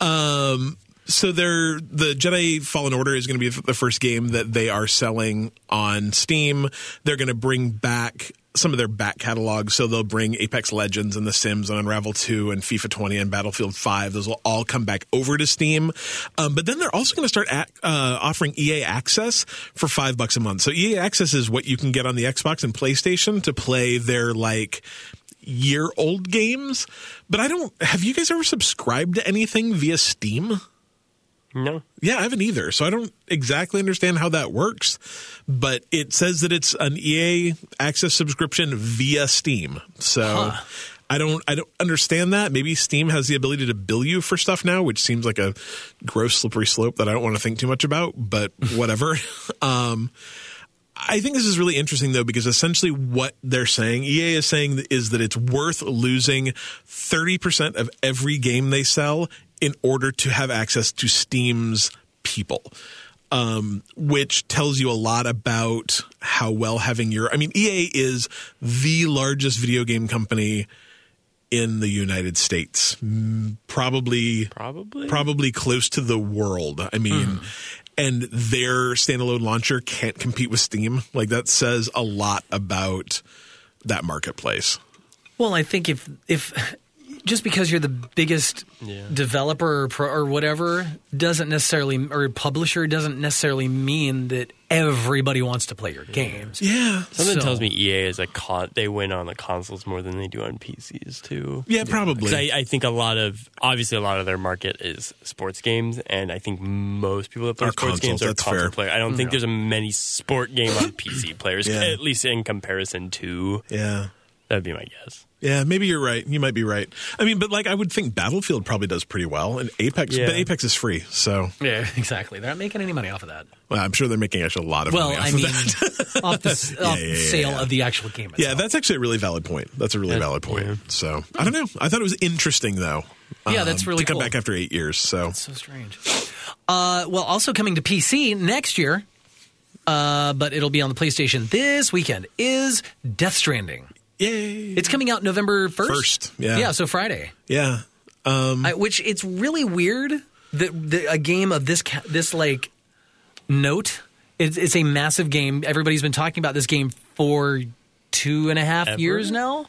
Speaker 2: Um, so they're the Jedi Fallen Order is going to be the first game that they are selling on Steam. They're going to bring back some of their back catalog, so they'll bring Apex Legends and The Sims and Unravel 2 and FIFA 20 and Battlefield 5. Those will all come back over to Steam. Um, but then they're also going to start ac uh, offering EA Access for five bucks a month. So EA Access is what you can get on the Xbox and PlayStation to play their like year old games, but I don't. Have you guys ever subscribed to anything via Steam?
Speaker 3: No.
Speaker 2: Yeah, I haven't either. So I don't exactly understand how that works, but it says that it's an EA access subscription via Steam. So. I don't I don't understand that. Maybe Steam has the ability to bill you for stuff now, which seems like a gross slippery slope that I don't want to think too much about, but whatever. um I think this is really interesting though because essentially what they're saying, EA is saying is that it's worth losing 30% of every game they sell in order to have access to Steam's people. Um, which tells you a lot about how well having your I mean EA is the largest video game company in the United States. Mm, Probably
Speaker 3: Probably.
Speaker 2: probably close to the world. I mean,
Speaker 1: Mm-hmm.
Speaker 2: and their standalone launcher can't compete with Steam. Like that says a lot about that marketplace.
Speaker 1: Well, I think if if just because you're the biggest developer or, pro, or whatever doesn't necessarily or publisher doesn't necessarily mean that everybody wants to play your games.
Speaker 2: Yeah.
Speaker 3: Something
Speaker 1: So-
Speaker 3: tells me EA is a con. They win on the consoles more than they do on PCs too.
Speaker 2: Yeah, probably.
Speaker 3: 'Cause I, I think a lot of obviously a lot of their market is sports games, and I think most people that play
Speaker 2: Are
Speaker 3: sports
Speaker 2: consoles,
Speaker 3: games are
Speaker 2: that's
Speaker 3: console
Speaker 2: fair.
Speaker 3: player. I don't
Speaker 1: Mm.
Speaker 3: think there's a many sport game on PC players,
Speaker 2: Yeah.
Speaker 3: at least in comparison to.
Speaker 2: yeah.
Speaker 3: That'd be my guess.
Speaker 2: Yeah, maybe you're right. You might be right. I mean, but like I would think Battlefield probably does pretty well, and Apex,
Speaker 3: Yeah.
Speaker 2: but Apex is free, so
Speaker 1: Yeah, exactly. They're not making any money off of that.
Speaker 2: well, I'm sure they're making actually a lot of
Speaker 1: Well,
Speaker 2: money off
Speaker 1: I
Speaker 2: of
Speaker 1: mean,
Speaker 2: that.
Speaker 1: off the s- off
Speaker 2: yeah,
Speaker 1: the
Speaker 2: yeah,
Speaker 1: sale
Speaker 2: yeah.
Speaker 1: of the actual game. Itself.
Speaker 2: Yeah, that's actually a really valid point. That's a really valid point. So I don't know. I thought it was interesting though. Um,
Speaker 1: Yeah, that's really
Speaker 2: to come
Speaker 1: cool.
Speaker 2: back after eight years. So
Speaker 1: So strange. Uh, well, also coming to PC next year, uh, but it'll be on the PlayStation this weekend, is Death Stranding.
Speaker 2: yay,
Speaker 1: It's coming out November 1st.
Speaker 2: First, yeah.
Speaker 1: Yeah, Mm-hmm. so Friday.
Speaker 2: yeah,
Speaker 1: I, which it's really weird that, that a game of this, ca- this like, note, it's, it's a massive game. Everybody's been talking about this game for two and a half
Speaker 3: Ever?
Speaker 1: years now.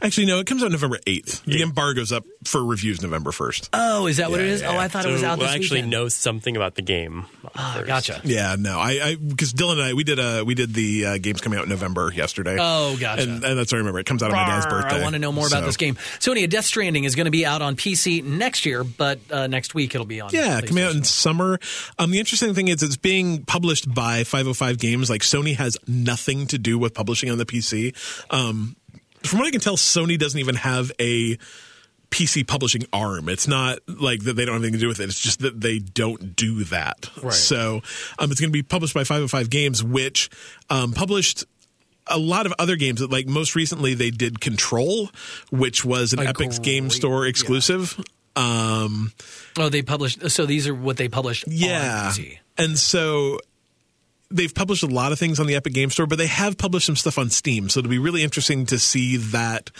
Speaker 2: Actually, no, it comes out November eighth. The embargo's up for reviews November first.
Speaker 1: Oh, is that what it
Speaker 2: Yeah,
Speaker 1: is?
Speaker 2: yeah,
Speaker 1: Oh,
Speaker 2: yeah.
Speaker 1: I thought it was
Speaker 3: So
Speaker 1: out
Speaker 3: we'll
Speaker 1: this
Speaker 3: actually
Speaker 1: weekend.
Speaker 3: know something about the game.
Speaker 1: Ah,
Speaker 3: first.
Speaker 1: gotcha.
Speaker 2: yeah, no, I I because Dylan and I we did uh we did the uh, games coming out in November yesterday.
Speaker 1: Oh, gotcha.
Speaker 2: and, and that's what I remember. It comes out on my dad's
Speaker 1: Brr,
Speaker 2: birthday.
Speaker 1: I want to know more about
Speaker 2: So,
Speaker 1: this game. Sony, Death Stranding is going to be out on PC next year, but uh, next week it'll be on.
Speaker 2: Yeah, coming out
Speaker 1: PlayStation.
Speaker 2: in summer. Um, the interesting thing is it's being published by 505 Games. Like Sony has nothing to do with publishing on the PC. Um, from what I can tell, Sony doesn't even have a PC publishing arm. It's not like that they don't have anything to do with it. It's just that they don't do that.
Speaker 1: Right.
Speaker 2: So um, it's going to be published by 505 Games, which um, published a lot of other games that like most recently they did control which was an
Speaker 1: A
Speaker 2: epic game
Speaker 1: great-
Speaker 2: store
Speaker 1: yeah.
Speaker 2: exclusive um
Speaker 1: Oh, they published. So these are what they published.
Speaker 2: yeah.
Speaker 1: on PC.
Speaker 2: And so they've published a lot of things on the Epic Game Store, but they have published some stuff on Steam. So it'll be really interesting to see that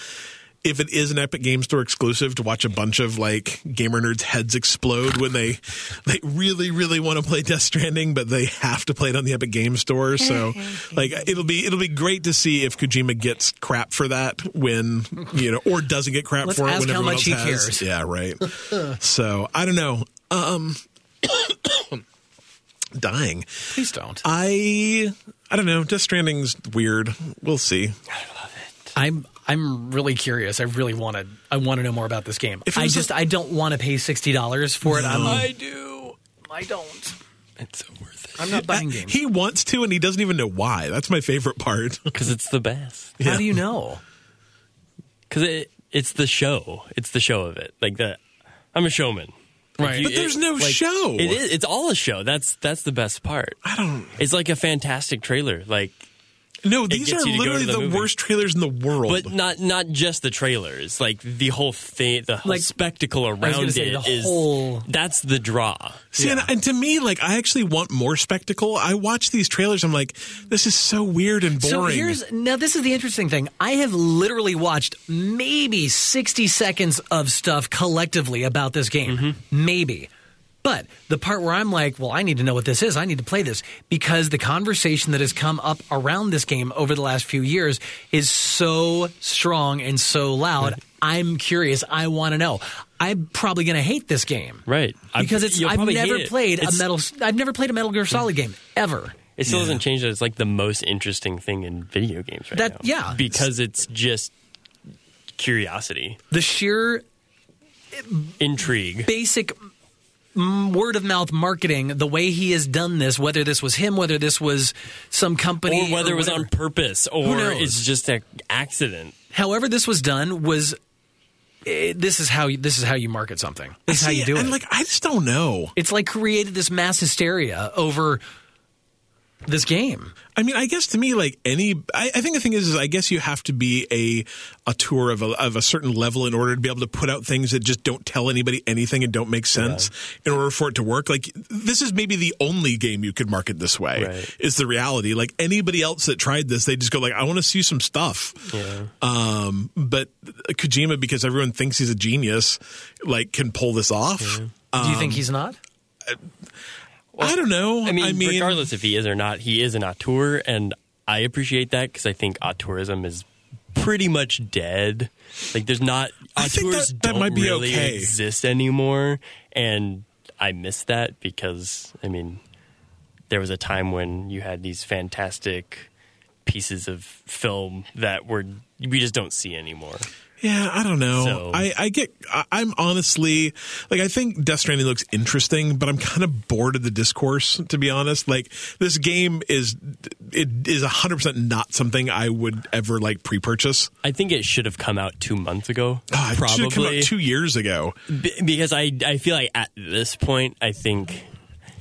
Speaker 2: if it is an Epic Game Store exclusive to watch a bunch of like gamer nerds heads explode when they they really really want to play Death Stranding but they have to play it on the Epic Game Store so like it'll be it'll be great to see if Kojima gets crap for that when you know or doesn't get crap
Speaker 1: Let's
Speaker 2: for it
Speaker 1: ask
Speaker 2: when
Speaker 1: how
Speaker 2: everyone
Speaker 1: much
Speaker 2: else
Speaker 1: he
Speaker 2: has
Speaker 1: cares.
Speaker 2: yeah right so I don't know Um, dying.
Speaker 1: Please don't.
Speaker 2: I I don't know. Death Stranding's weird. We'll see.
Speaker 1: I'm I'm really curious. I really want to. I want to know more about this game.
Speaker 2: If it
Speaker 1: I
Speaker 2: was a-
Speaker 1: just I don't want to pay sixty dollars for it. I'm,
Speaker 3: I do.
Speaker 1: I don't.
Speaker 3: It's so worth it
Speaker 1: I'm not buying games.
Speaker 2: He wants to, and he doesn't even know why. That's my favorite part.
Speaker 3: because it's the best.
Speaker 1: How do you know?
Speaker 3: Because it, it's the show. It's the show of it. Like that. I'm a showman. Like,
Speaker 1: Right.
Speaker 3: you-
Speaker 1: But
Speaker 2: there's no show.
Speaker 3: It is. It's all a show. That's that's the best part. I don't. It's like a fantastic trailer. Like,
Speaker 2: no, these are
Speaker 3: gets you to go
Speaker 2: literally
Speaker 3: to
Speaker 2: the,
Speaker 3: the movie.
Speaker 2: worst trailers in the world.
Speaker 3: but not not just the trailers. Like the whole thing, the whole
Speaker 1: Like-
Speaker 3: spectacle
Speaker 1: gonna
Speaker 3: around
Speaker 1: say,
Speaker 3: it
Speaker 1: the
Speaker 3: is-
Speaker 1: whole-
Speaker 3: That's the draw.
Speaker 2: See, and, and to me, like I actually want more spectacle. I watch these trailers. I'm like, this is so weird and boring.
Speaker 1: So here's now. This is the interesting thing. I have literally watched maybe sixty seconds of stuff collectively about this game,
Speaker 3: Mm-hmm.
Speaker 1: maybe. But the part where I'm like, well, I need to know what this is. I need to play this because the conversation that has come up around this game over the last few years is so strong and so loud. I'm curious. I want to know. I'm probably going to hate this game,
Speaker 3: Right. I've-
Speaker 1: Because it's
Speaker 3: you'll
Speaker 1: I've
Speaker 3: probably
Speaker 1: never
Speaker 3: hate it.
Speaker 1: played a
Speaker 3: It's- Mm.
Speaker 1: metal. I've never played a Metal Gear Solid game ever.
Speaker 3: It still doesn't change that it's like the most interesting thing in video games right
Speaker 1: That-
Speaker 3: now.
Speaker 1: yeah.
Speaker 3: because it's just curiosity,
Speaker 1: The sheer
Speaker 3: intrigue.
Speaker 1: basic m- word of mouth marketing the way he has done this whether this was him whether this was some company
Speaker 3: Or whether it was on
Speaker 1: whatever.
Speaker 3: purpose, or
Speaker 1: knows?
Speaker 3: it's just an accident.
Speaker 1: however this was done was eh, this is how you, this is how you market something this is how
Speaker 2: See,
Speaker 1: you do
Speaker 2: And
Speaker 1: it
Speaker 2: like, I just don't know.
Speaker 1: it's like created this mass hysteria over this game
Speaker 2: I mean, I guess to me, like any, I, I think the thing is, is I guess you have to be a a tour of a of a certain level in order to be able to put out things that just don't tell anybody anything and don't make sense in order for it to work. Like this is maybe the only game you could market this way.
Speaker 3: Right.
Speaker 2: Is the reality like anybody else that tried this? They just go like, I want to see some stuff. Um, but Kojima, because everyone thinks he's a genius, like can pull this off.
Speaker 1: do
Speaker 2: Um,
Speaker 1: you think he's not
Speaker 2: I don't know.
Speaker 3: I mean, regardless if he is or not, he is an auteur, and I appreciate that because I think auteurism is pretty much dead. Like there's not
Speaker 2: I think
Speaker 3: auteurs
Speaker 2: that- that
Speaker 3: don't
Speaker 2: might be
Speaker 3: really
Speaker 2: okay.
Speaker 3: exist anymore, and I miss that because I mean, there was a time when you had these fantastic pieces of film that were we just don't see anymore.
Speaker 2: Yeah, I don't know.
Speaker 3: So-
Speaker 2: I, I get. I, I'm honestly like I think Death Stranding looks interesting, but I'm kind of bored of the discourse. To be honest, like this game is it is 100 percent not something I would ever like pre-purchase.
Speaker 3: I think it should have come out two months ago,
Speaker 2: Ah, it
Speaker 3: Oh, probably
Speaker 2: should have come out two years ago.
Speaker 3: B- because I I feel like at this point I think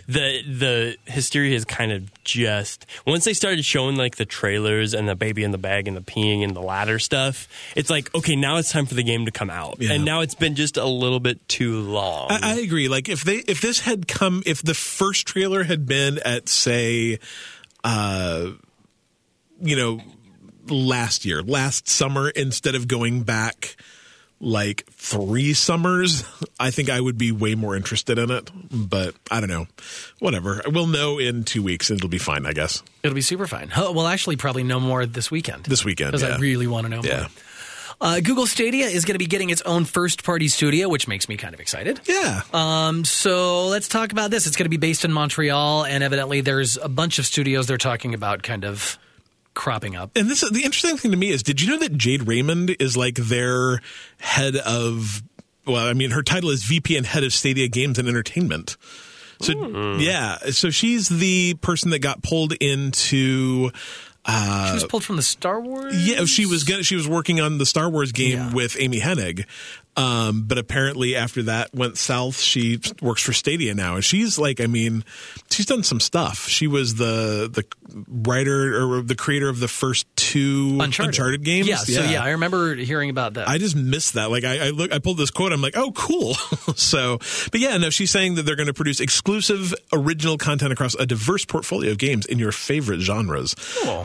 Speaker 3: the the hysteria is kind of just once they started showing like the trailers and the baby in the bag and the peeing and the ladder stuff it's like okay now it's time for the game to come out
Speaker 2: Yeah.
Speaker 3: and now it's been just a little bit too long
Speaker 2: I, I agree. Like if they if this had come if the first trailer had been at say, uh, you know, last year, last summer, instead of going back like three summers, I think I would be way more interested in it. But I don't know. Whatever. We'll know in two weeks, and it'll be fine. I guess
Speaker 1: It'll be super fine. Huh, Well, actually, probably no more this weekend.
Speaker 2: this weekend.
Speaker 1: because
Speaker 2: Yeah.
Speaker 1: I really want to know.
Speaker 2: yeah.
Speaker 1: More. Uh, Google Stadia is going to be getting its own first-party studio, which makes me kind of excited.
Speaker 2: Yeah.
Speaker 1: Um, so let's talk about this. It's going to be based in Montreal, and evidently there's a bunch of studios they're talking about kind of cropping up.
Speaker 2: and this the interesting thing to me is did you know that jade raymond is like their head of well i mean her title is vp and head of stadia games and entertainment so yeah so she's the person that got pulled into uh
Speaker 1: She was pulled from the Star Wars.
Speaker 2: yeah, she was gonna, she was working on the Star Wars game
Speaker 1: Yeah.
Speaker 2: with Amy Hennig, um, but apparently after that went south. She works for Stadia now, and she's like, I mean, she's done some stuff. She was the the writer or the creator of the first two
Speaker 1: Uncharted,
Speaker 2: games.
Speaker 1: Yeah, so yeah, I remember hearing about that.
Speaker 2: I just missed that. Like I, I look, I pulled this quote. I'm like, oh, cool. so, but yeah, no, she's saying that they're going to produce exclusive original content across a diverse portfolio of games in your favorite genres.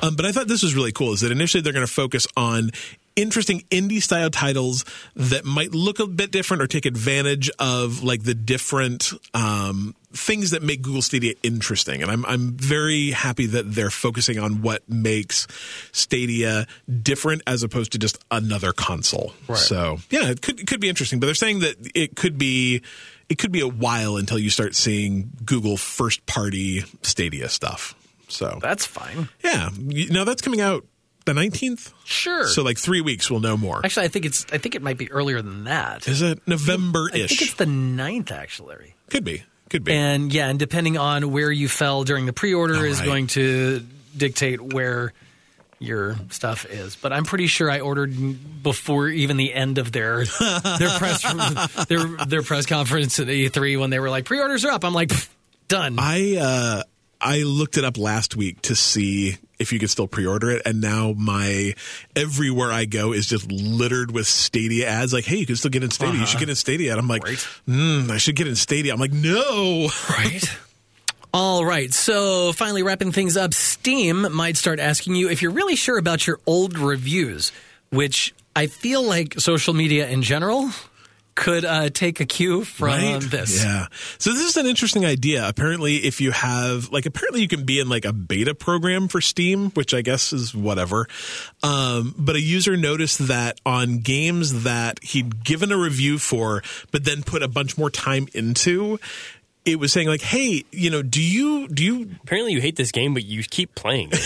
Speaker 2: Um, but I thought this was really cool. Is that initially they're going to focus on interesting indie style titles that might look a bit different or take advantage of like the different um, things that make Google Stadia interesting. And I'm I'm very happy that they're focusing on what makes Stadia different as opposed to just another console. So yeah, it could it could be interesting. But they're saying that it could be it could be a while until you start seeing Google first party Stadia stuff. So
Speaker 1: That's fine.
Speaker 2: yeah, You- now that's coming out the 19th.
Speaker 1: Sure.
Speaker 2: So like three weeks, we'll know more.
Speaker 1: actually, I think it's. I think it might be earlier than that.
Speaker 2: Is it November
Speaker 1: I think
Speaker 2: ish?
Speaker 1: it's the 9th, actually.
Speaker 2: Could be. Could be.
Speaker 1: And yeah, and depending on where you fell during the pre-order is
Speaker 2: right.
Speaker 1: going to dictate where your stuff is. But I'm pretty sure I ordered n- before even the end of their their press their their press conference at E3 when they were like pre-orders are up. I'm like "Pfft, done.
Speaker 2: I uh, I looked it up last week to see if you could still pre-order it, and now my everywhere I go is just littered with Stadia ads. Like, hey, you can still get in Stadia. You
Speaker 1: Uh-huh.
Speaker 2: should get in Stadia. And I'm like,
Speaker 1: Right.
Speaker 2: mm, I should get in Stadia. I'm like, no.
Speaker 1: right. All right, so finally wrapping things up, Steam might start asking you if you're really sure about your old reviews, which I feel like social media in general could uh, take a cue from
Speaker 2: Right?
Speaker 1: this.
Speaker 2: Yeah. So this is an interesting idea. Apparently, if you have like, apparently you can be in like a beta program for Steam, which I guess is whatever. Um, but a user noticed that on games that he'd given a review for, but then put a bunch more time into. It was saying like, "Hey, you know, do you do you
Speaker 3: apparently you hate this game but you keep playing it.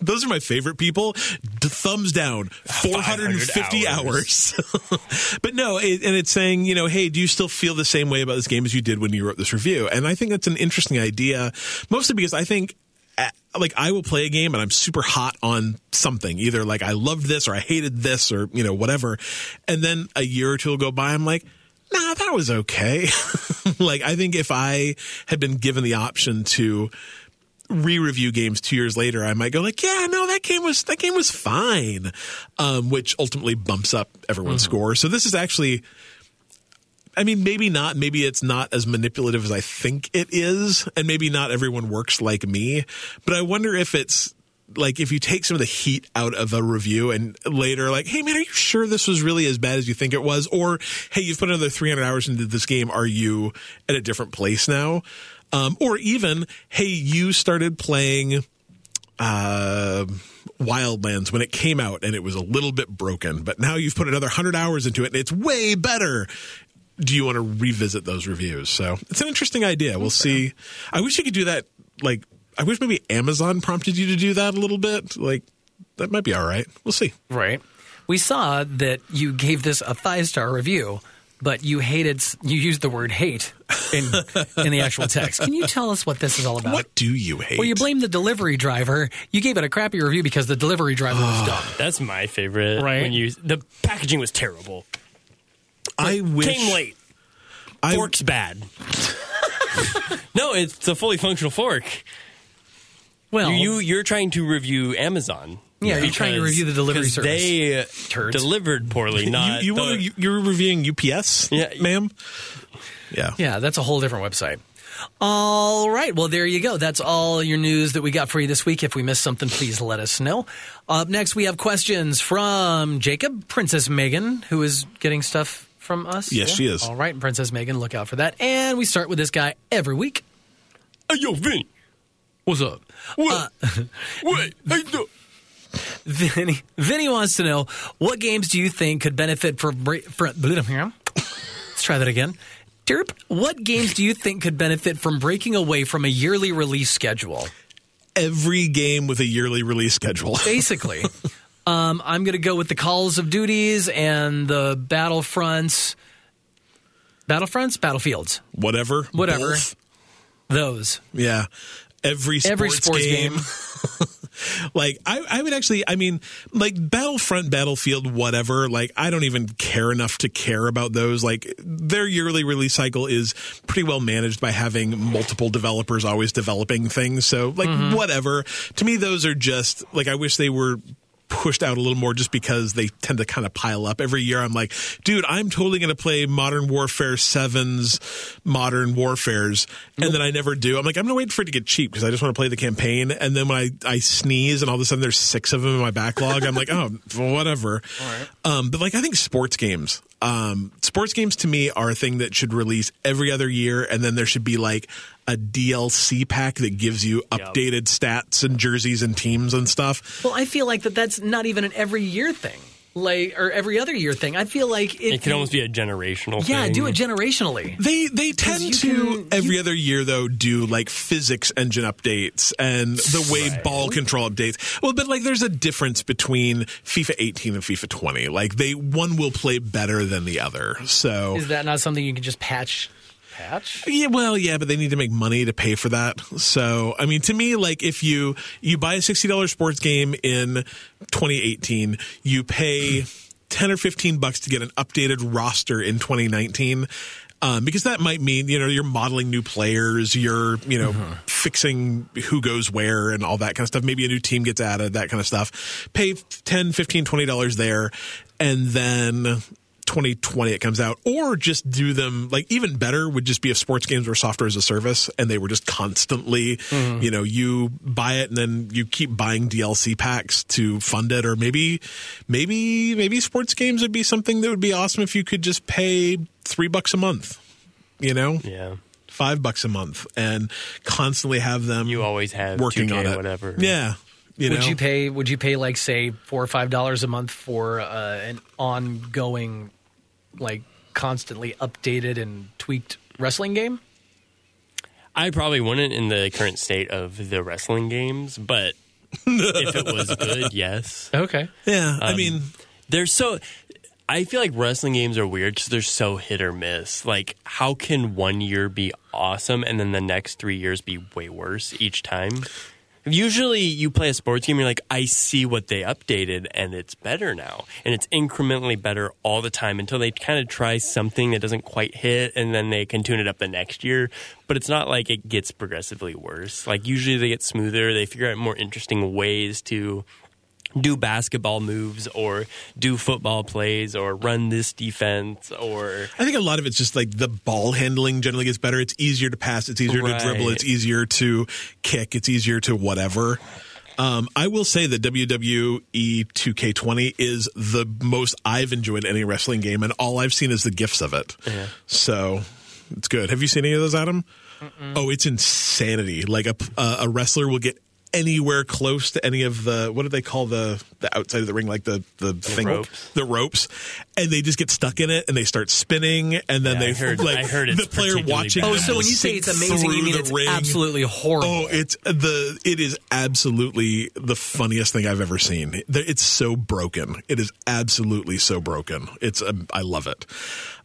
Speaker 2: those are my favorite people. D- thumbs down. 450 hours. but no, it, and it's saying, you know, hey, do you still feel the same way about this game as you did when you wrote this review? And I think that's an interesting idea, mostly because I think. uh, Like I will play a game and I'm super hot on something, either like I loved this or I hated this or you know whatever, and then a year or two will go by. I'm like, nah, that was okay. like I think if I had been given the option to re-review games two years later, I might go like, yeah, no, that game was that game was fine, um, which ultimately bumps up everyone's score. So this is actually. I mean, maybe not. Maybe it's not as manipulative as I think it is, and maybe not everyone works like me. But I wonder if it's like if you take some of the heat out of a review and later, like, hey man, are you sure this was really as bad as you think it was? Or hey, you've put another 300 hours into this game. Are you at a different place now? Um, or even hey, you started playing uh, Wildlands when it came out and it was a little bit broken, but now you've put another 100 hours into it and it's way better. Do you want to revisit those reviews? So it's an interesting idea. We'll see. I wish you could do that. Like, I wish maybe Amazon prompted you to do that a little bit. Like, that might be all right. We'll see.
Speaker 3: Right.
Speaker 1: We saw that you gave this a five star review, but you hated. You used the word hate in in the actual text. Can you tell us what this is
Speaker 3: Uh,
Speaker 1: all about?
Speaker 2: What do you hate?
Speaker 1: Well, you blame the delivery driver. You gave it a crappy review because the delivery driver was dumb.
Speaker 3: That's my favorite.
Speaker 1: Right.
Speaker 3: When you the packaging was terrible.
Speaker 2: I wish
Speaker 3: Came late.
Speaker 2: I-
Speaker 3: Fork's bad. no, it's a fully functional fork.
Speaker 1: Well,
Speaker 3: You you're trying to review Amazon.
Speaker 1: Yeah, you're trying to
Speaker 3: because-
Speaker 1: review the delivery
Speaker 3: because
Speaker 1: service.
Speaker 3: They uh, delivered poorly. Not
Speaker 2: you, you
Speaker 3: the-
Speaker 2: wanna, you, you're reviewing UPS,
Speaker 3: Yeah.
Speaker 2: ma'am. Yeah.
Speaker 1: yeah, that's a whole different website. All right. Well, there you go. That's all your news that we got for you this week. If we missed something, please let us know. Up next, we have questions from Jacob, Princess Megan, who is getting stuff from us.
Speaker 2: Yes, she is.
Speaker 1: All right, Princess Megan, look out for that. And we start with this guy every week.
Speaker 3: Hey, yo, Vinny.
Speaker 1: What's up?
Speaker 3: What? what? Hey, no.
Speaker 1: Vinny, Vinny wants to know what games do you think could benefit from bra- from Let's try that again. Derp, what games do you think could benefit from breaking away from a yearly release schedule?
Speaker 2: Every game with a yearly release schedule.
Speaker 1: Basically, um, I'm going to go with the Calls of Duties and the Battlefronts, Battlefronts, Battlefields,
Speaker 2: Whatever.
Speaker 1: Whatever.
Speaker 2: Both.
Speaker 1: those.
Speaker 2: Yeah. Every sports,
Speaker 1: Every sports
Speaker 2: game. like I, I would actually I mean like Battlefront, Battlefield, whatever, like I don't even care enough to care about those. Like their yearly release cycle is pretty well managed by having multiple developers always developing things. So like
Speaker 1: Mm-hmm.
Speaker 2: whatever. To me those are just like I wish they were pushed out a little more just because they tend to kind of pile up every year i'm like dude i'm totally going to play modern warfare 7's modern warfares and then i never do i'm like i'm going to wait for it to get cheap because i just want to play the campaign and then when I, I sneeze and all of a sudden there's six of them in my backlog i'm like oh whatever um, but like i think sports games um, sports games to me are a thing that should release every other year and then there should be like a dlc pack that gives you updated stats and jerseys and teams and stuff
Speaker 1: Well, I feel like that that's not even an every year thing, like or every other year thing. I feel like it,
Speaker 3: It can almost be a generational
Speaker 1: yeah,
Speaker 3: thing.
Speaker 1: do it generationally.
Speaker 2: They they tend
Speaker 1: you
Speaker 2: to
Speaker 1: can-
Speaker 2: every other year though do like physics engine updates and the way ball control updates. Well, but like there's a difference between FIFA 18 and FIFA 20. Like they one will play better than the other. So
Speaker 1: Is that not something you can just patch? Patch?
Speaker 2: yeah, well, yeah, but they need to make money to pay for that. So, I mean, to me, like if you you buy a sixty dollars sports game in twenty eighteen, you pay ten or fifteen bucks to get an updated roster in twenty nineteen. Um, because that might mean you know you're modeling new players, you're you know fixing who goes where and all that kind of stuff. Maybe a new team gets added, that kind of stuff. Pay 10 15 20 dollars there, and then 2020 it comes out or just do them like even better would just be if sports games were software as a service and they were just constantly
Speaker 3: Mm-hmm.
Speaker 2: you know you buy it and then you keep buying DLC packs to fund it or maybe maybe maybe sports games would be something that would be awesome if you could just pay 3 bucks a month you know
Speaker 3: Yeah.
Speaker 2: 5 bucks a month and constantly have them
Speaker 3: You always have
Speaker 2: working
Speaker 3: 2K,
Speaker 2: on it
Speaker 3: whatever.
Speaker 2: yeah you
Speaker 1: Would
Speaker 2: know
Speaker 1: you pay? Would you pay like say four or five dollars a month for uh, an ongoing, like constantly updated and tweaked wrestling game?
Speaker 3: I probably wouldn't in the current state of the wrestling games, but if it was good, yes.
Speaker 1: Okay.
Speaker 2: yeah
Speaker 3: um,
Speaker 2: i mean
Speaker 3: They're so. I feel like wrestling games are weird because they're so hit or miss. Like, how can one year be awesome and then the next three years be way worse each time? Usually, you play a sports game, you're like, I see what they updated and it's better now. And it's incrementally better all the time until they kind of try something that doesn't quite hit and then they can tune it up the next year. But it's not like it gets progressively worse. Like, usually they get smoother, they figure out more interesting ways to do basketball moves or do football plays or run this defense or
Speaker 2: I think a lot of it's just like the ball handling generally gets better. It's easier to pass. It's easier
Speaker 3: Right.
Speaker 2: to dribble. It's easier to kick. It's easier to whatever. Um, I will say that E WWE 2K20 is the most I've enjoyed any wrestling game, and all I've seen is the gifs of it. So it's good. Have you seen any of those, Adam? Oh, it's insanity. Like a, a wrestler will get anywhere close to any of the what do they call the the outside of the ring like the the, thing
Speaker 3: ropes.
Speaker 2: the ropes and they just get stuck in it and they start spinning and then
Speaker 3: Yeah,
Speaker 2: they
Speaker 3: I heard-
Speaker 2: like
Speaker 3: I heard it's
Speaker 2: the player
Speaker 3: particularly
Speaker 2: watching
Speaker 3: bad.
Speaker 1: Oh,
Speaker 2: them
Speaker 1: so
Speaker 2: will
Speaker 1: when you say
Speaker 2: sink
Speaker 1: it's amazing, you
Speaker 2: through
Speaker 1: mean
Speaker 2: the
Speaker 1: it's
Speaker 2: ring.
Speaker 1: absolutely horrible.
Speaker 2: Oh, it's the it is absolutely the funniest thing I've ever seen. There- It's so broken. It is absolutely so broken. It's um, I love it.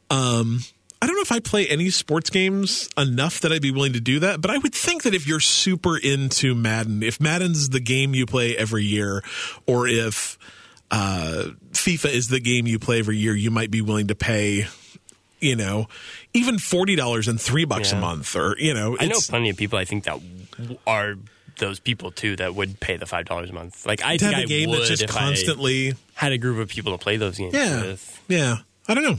Speaker 2: Um, I don't know if I play any sports games enough that I'd be willing to do that, but I would think that if you're super into Madden, if Madden's the game you play every year, or if uh, FIFA is the game you play every year, you might be willing to pay. You know, even forty dollars and three bucks a
Speaker 3: Yeah.
Speaker 2: month, or you know,
Speaker 3: I know
Speaker 2: it's-
Speaker 3: plenty of people. I think that w- are those people too that would pay the five dollars a month. Like I
Speaker 2: to
Speaker 3: think
Speaker 2: have a
Speaker 3: I
Speaker 2: game
Speaker 3: would
Speaker 2: that's just
Speaker 3: if
Speaker 2: constantly
Speaker 3: I had a group of people to play those games
Speaker 2: yeah
Speaker 3: with.
Speaker 2: yeah i don't know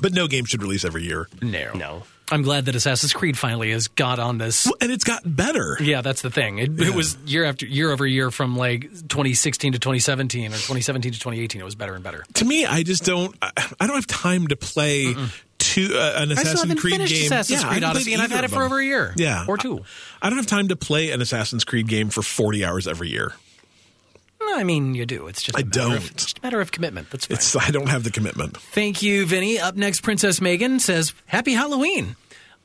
Speaker 2: but no game should release every year
Speaker 1: no.
Speaker 3: No,
Speaker 1: I'm glad that Assassin's Creed finally has got on this.
Speaker 2: and it's got better
Speaker 1: Yeah, that's the thing. It, it was year after year over year from like 2016 to 2017 or 2017 to 2018. It was better and better.
Speaker 2: to me i just don't i I don't have time to play two uh,
Speaker 1: I still
Speaker 2: an assassin's
Speaker 1: haven't
Speaker 2: creed
Speaker 1: finished
Speaker 2: game
Speaker 1: Assassin's
Speaker 2: Yeah, I
Speaker 1: Creed
Speaker 2: haven't played
Speaker 1: Odyssey, and I've
Speaker 2: either
Speaker 1: had it
Speaker 2: of
Speaker 1: for
Speaker 2: them.
Speaker 1: over a year.
Speaker 2: yeah
Speaker 1: or two.
Speaker 2: I, I don't have time to play an assassin's creed game for 40 hours every year
Speaker 1: No, I mean, you do. It's just a
Speaker 2: I
Speaker 1: matter Of,
Speaker 2: don't.
Speaker 1: it's just a matter of commitment. That's fine.
Speaker 2: it's i don't have the commitment
Speaker 1: Thank you, Vinny. Up next, Princess Megan says, Happy Halloween.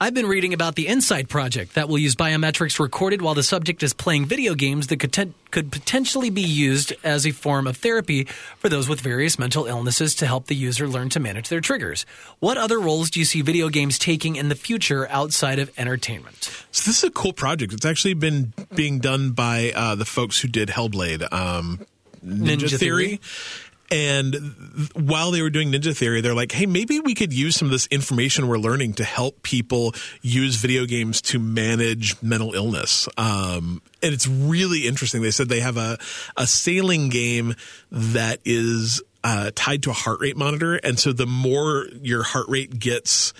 Speaker 1: I've been reading about the Insight Project that will use biometrics recorded while the subject is playing video games that could, ten- could potentially be used as a form of therapy for those with various mental illnesses to help the user learn to manage their triggers. What other roles do you see video games taking in the future outside of entertainment?
Speaker 2: So this is a cool project. It's actually been being done by uh, the folks who did Hellblade, um, Ninja,
Speaker 1: Ninja
Speaker 2: Theory.
Speaker 1: Theory.
Speaker 2: And th- while they were doing Ninja Theory, they're like, "Hey, maybe we could use some of this information we're learning to help people use video games to manage mental illness." Um, and it's really interesting. They said they have a a sailing game that is uh, tied to a heart rate monitor, and so the more your heart rate gets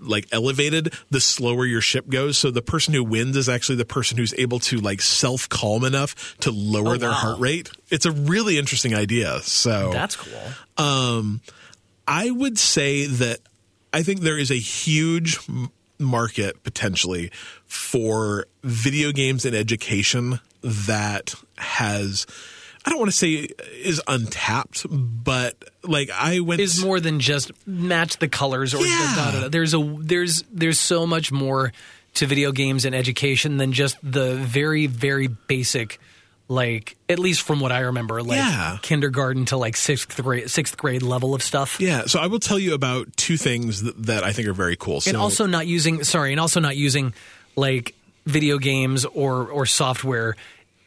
Speaker 2: like elevated, the slower your ship goes. So the person who wins is actually the person who's able to like self calm enough to lower
Speaker 1: Oh,
Speaker 2: their
Speaker 1: wow.
Speaker 2: heart rate. It's a really interesting idea. So
Speaker 1: That's cool.
Speaker 2: I would say that I think there is a huge m- market potentially for video games and education that has. I don't want to say is untapped, but like I went
Speaker 1: is more than just match the colors or
Speaker 2: Yeah.
Speaker 1: da, da, da. there's a there's there's so much more to video games and education than just the very very basic like at least from what I remember like
Speaker 2: Yeah.
Speaker 1: kindergarten to like sixth grade sixth grade level of stuff
Speaker 2: Yeah, so I will tell you about two things that, that I think are very cool. So,
Speaker 1: and also not using sorry and also not using like video games or or software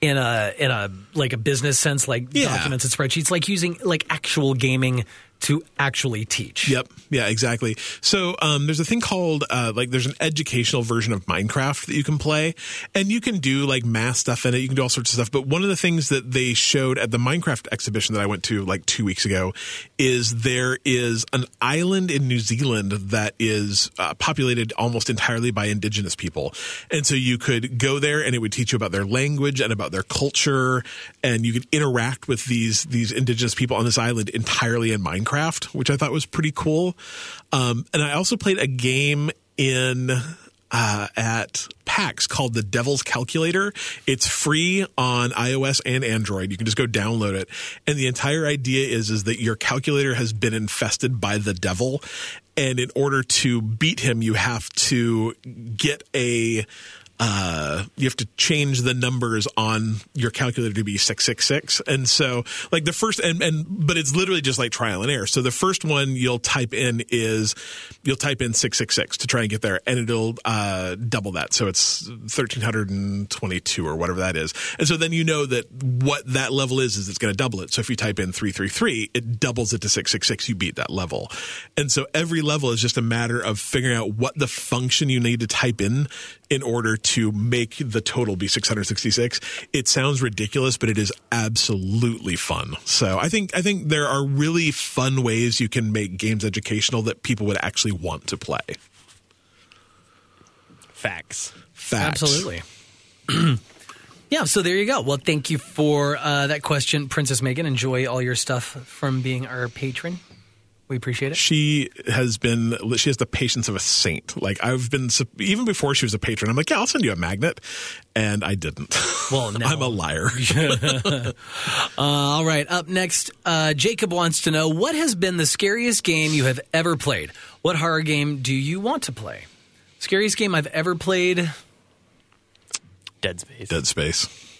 Speaker 1: in a in a like a business sense like
Speaker 2: Yeah.
Speaker 1: documents and spreadsheets like using like actual gaming to actually teach
Speaker 2: Yep. Yeah, exactly. So um, there's a thing called uh, like there's an educational version of Minecraft that you can play, and you can do like math stuff in it. You can do all sorts of stuff. But one of the things that they showed at the Minecraft exhibition that I went to like two weeks ago is there is an island in New Zealand that is uh, populated almost entirely by indigenous people, and so you could go there and it would teach you about their language and about their culture, and you could interact with these these indigenous people on this island entirely in Minecraft, which I thought was pretty cool. Um, and I also played a game in uh, at PAX called The Devil's Calculator. It's free on iOS and Android. You can just go download it. And the entire idea is is that your calculator has been infested by the devil, and in order to beat him, you have to get a uh, you have to change the numbers on your calculator to be 666 and so like the first and, and but it's literally just like trial and error so the first one you'll type in is you'll type in 666 to try and get there and it'll uh, double that so it's 1322 or whatever that is and so then you know that what that level is is it's going to double it so if you type in 333 it doubles it to 666 you beat that level and so every level is just a matter of figuring out what the function you need to type in in order to make the total be 666 it sounds ridiculous but it is absolutely fun so i think i think there are really fun ways you can make games educational that people would actually want to play
Speaker 3: facts.
Speaker 2: Facts.
Speaker 1: Absolutely. yeah, so there you go. Well, thank you for uh, that question, Princess Megan. Enjoy all your stuff from being our patron. We appreciate it.
Speaker 2: she has been she has the patience of a saint like i've been even before she was a patron i'm like yeah i'll send you a magnet and i didn't
Speaker 1: Well, no.
Speaker 2: i'm a liar
Speaker 1: All right. Up next, uh, Jacob wants to know what has been the scariest game you have ever played. What horror game do you want to play? Scariest game I've ever played.
Speaker 3: Dead Space.
Speaker 2: dead space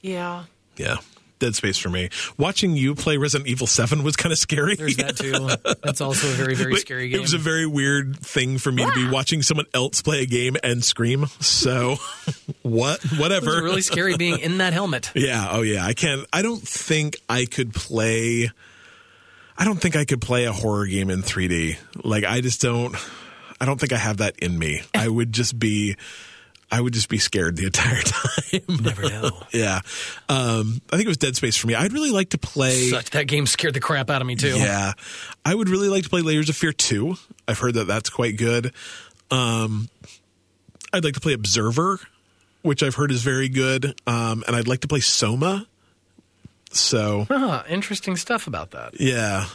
Speaker 1: Yeah,
Speaker 2: yeah dead space for me watching you play resident evil 7 was kind of scary
Speaker 1: there's that too. That's also a very very
Speaker 2: But
Speaker 1: scary game.
Speaker 2: It was a very weird thing for me to be watching someone else play a game and scream. So, what?
Speaker 1: It was
Speaker 2: Whatever.
Speaker 1: really scary being in that helmet.
Speaker 2: Yeah. Oh, yeah. I can't. I don't think I could play. I don't think I could play a horror game in 3D. Like I just don't. I don't think I have that in me. I would just be. I would just be scared the entire time.
Speaker 1: Never know.
Speaker 2: yeah. Um, I think it was Dead Space for me. I'd really like to play.
Speaker 1: Such, that game scared the crap out of me too.
Speaker 2: Yeah. I would really like to play Layers of Fear 2. I've heard that that's quite good. Um, I'd like to play Observer, which I've heard is very good. Um, and I'd like to play Soma. So,
Speaker 1: Huh, interesting stuff about that.
Speaker 2: yeah.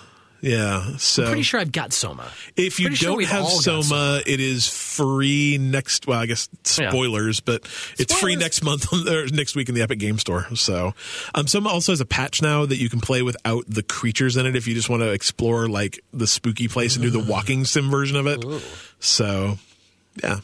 Speaker 2: Yeah. So,
Speaker 1: Pretty sure I've got Soma.
Speaker 2: if you
Speaker 1: pretty sure
Speaker 2: don't
Speaker 1: we've
Speaker 2: have
Speaker 1: all got
Speaker 2: Soma,
Speaker 1: Soma.
Speaker 2: it is free next. Well, I guess spoilers, but it's free
Speaker 1: Spoilers.
Speaker 2: next month on- or next week in the Epic Game Store. So, um, Soma also has a patch now that you can play without the creatures in it if you just want to explore like the spooky place and do the walking sim version of it. So, yeah,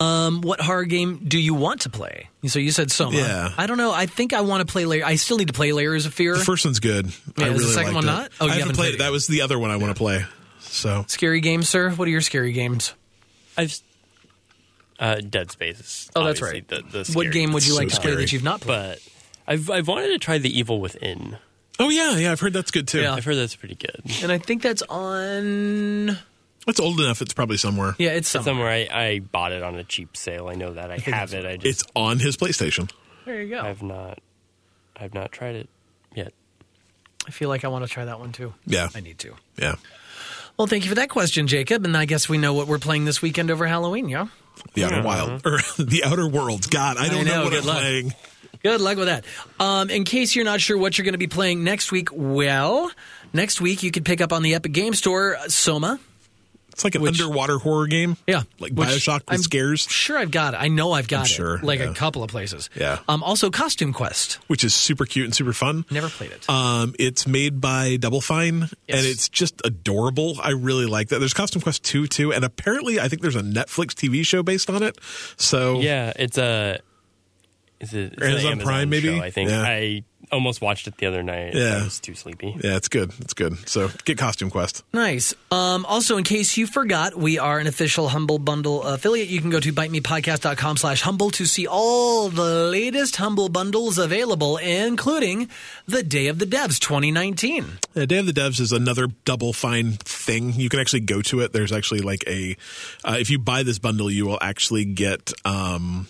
Speaker 1: Um, what horror game do you want to play? So you said Soma.
Speaker 2: Yeah.
Speaker 1: I don't know. I think I want to play. Layer. I still need to play Layers of Fear.
Speaker 2: the first one's good. I
Speaker 1: is
Speaker 2: really
Speaker 1: the second
Speaker 2: liked
Speaker 1: one
Speaker 2: it.
Speaker 1: not? Oh,
Speaker 2: I
Speaker 1: you
Speaker 2: haven't,
Speaker 1: haven't
Speaker 2: played
Speaker 1: played
Speaker 2: it.
Speaker 1: it
Speaker 2: That was the other one I want to play. So,
Speaker 1: Scary games, sir. What are your scary games?
Speaker 3: I've uh, Dead Space. is
Speaker 1: Oh, that's
Speaker 3: obviously
Speaker 1: right.
Speaker 3: The, the
Speaker 1: what
Speaker 3: scary-
Speaker 1: game would you
Speaker 2: so
Speaker 1: like to play
Speaker 2: scary.
Speaker 1: that you've not played?
Speaker 3: But I've I've wanted to try The Evil Within.
Speaker 2: oh yeah, yeah, I've heard that's good too.
Speaker 1: Yeah.
Speaker 3: I've heard that's pretty good.
Speaker 1: and I think that's on.
Speaker 2: It's old enough; it's probably somewhere.
Speaker 1: Yeah, it's somewhere.
Speaker 3: Somewhere I, I bought it on a cheap sale. I know that I, have it. I just
Speaker 2: It's on his PlayStation.
Speaker 1: There you
Speaker 2: Oh.
Speaker 1: go.
Speaker 3: I've not I've not tried it yet.
Speaker 1: I feel like I want to try that one too.
Speaker 2: Yeah.
Speaker 1: I need to.
Speaker 2: Yeah,
Speaker 1: Well, thank you for that question, Jacob. And I guess we know what we're playing this weekend over Halloween, yeah? Uh-huh.
Speaker 2: The Outer Wild or The Outer Worlds. God, I don't
Speaker 1: I
Speaker 2: know,
Speaker 1: know,
Speaker 2: what
Speaker 1: good
Speaker 2: I'm
Speaker 1: luck.
Speaker 2: playing.
Speaker 1: Good luck with that. Um, in case you're not sure what you're going to be playing next week, well, next week you can pick up on the Epic Game Store uh, Soma.
Speaker 2: It's like an
Speaker 1: Which-
Speaker 2: underwater horror game.
Speaker 1: Yeah,
Speaker 2: like
Speaker 1: which
Speaker 2: Bioshock with
Speaker 1: I'm
Speaker 2: scares,
Speaker 1: Sure, I've got it. I know I've got it.
Speaker 2: sure,
Speaker 1: like
Speaker 2: yeah.
Speaker 1: a couple of places.
Speaker 2: Yeah.
Speaker 1: Um, also, Costume Quest.
Speaker 2: which is super cute and super fun.
Speaker 1: Never played it. Uh,
Speaker 2: Um, it's made by Double Fine,
Speaker 1: Yes.
Speaker 2: and it's just adorable. I really like that. There's Costume Quest two too, and apparently I think there's a Netflix TV show based on it. So
Speaker 3: Yeah, it's a is it it's an
Speaker 2: Amazon Prime, maybe?
Speaker 3: show, I think
Speaker 2: Yeah.
Speaker 3: I almost watched it the other night.
Speaker 2: Yeah.
Speaker 3: I was too sleepy.
Speaker 2: yeah, it's good. It's good. So get Costume Quest.
Speaker 1: Nice. Um, also, in case you forgot, we are an official Humble Bundle affiliate. You can go to bitemepodcast.com slash humble to see all the latest Humble Bundles available, including the Day of the Devs 2019.
Speaker 2: Uh, Day of the Devs is another double fine thing. You can actually go to it. There's actually like a, uh, if you buy this bundle, you will actually get um,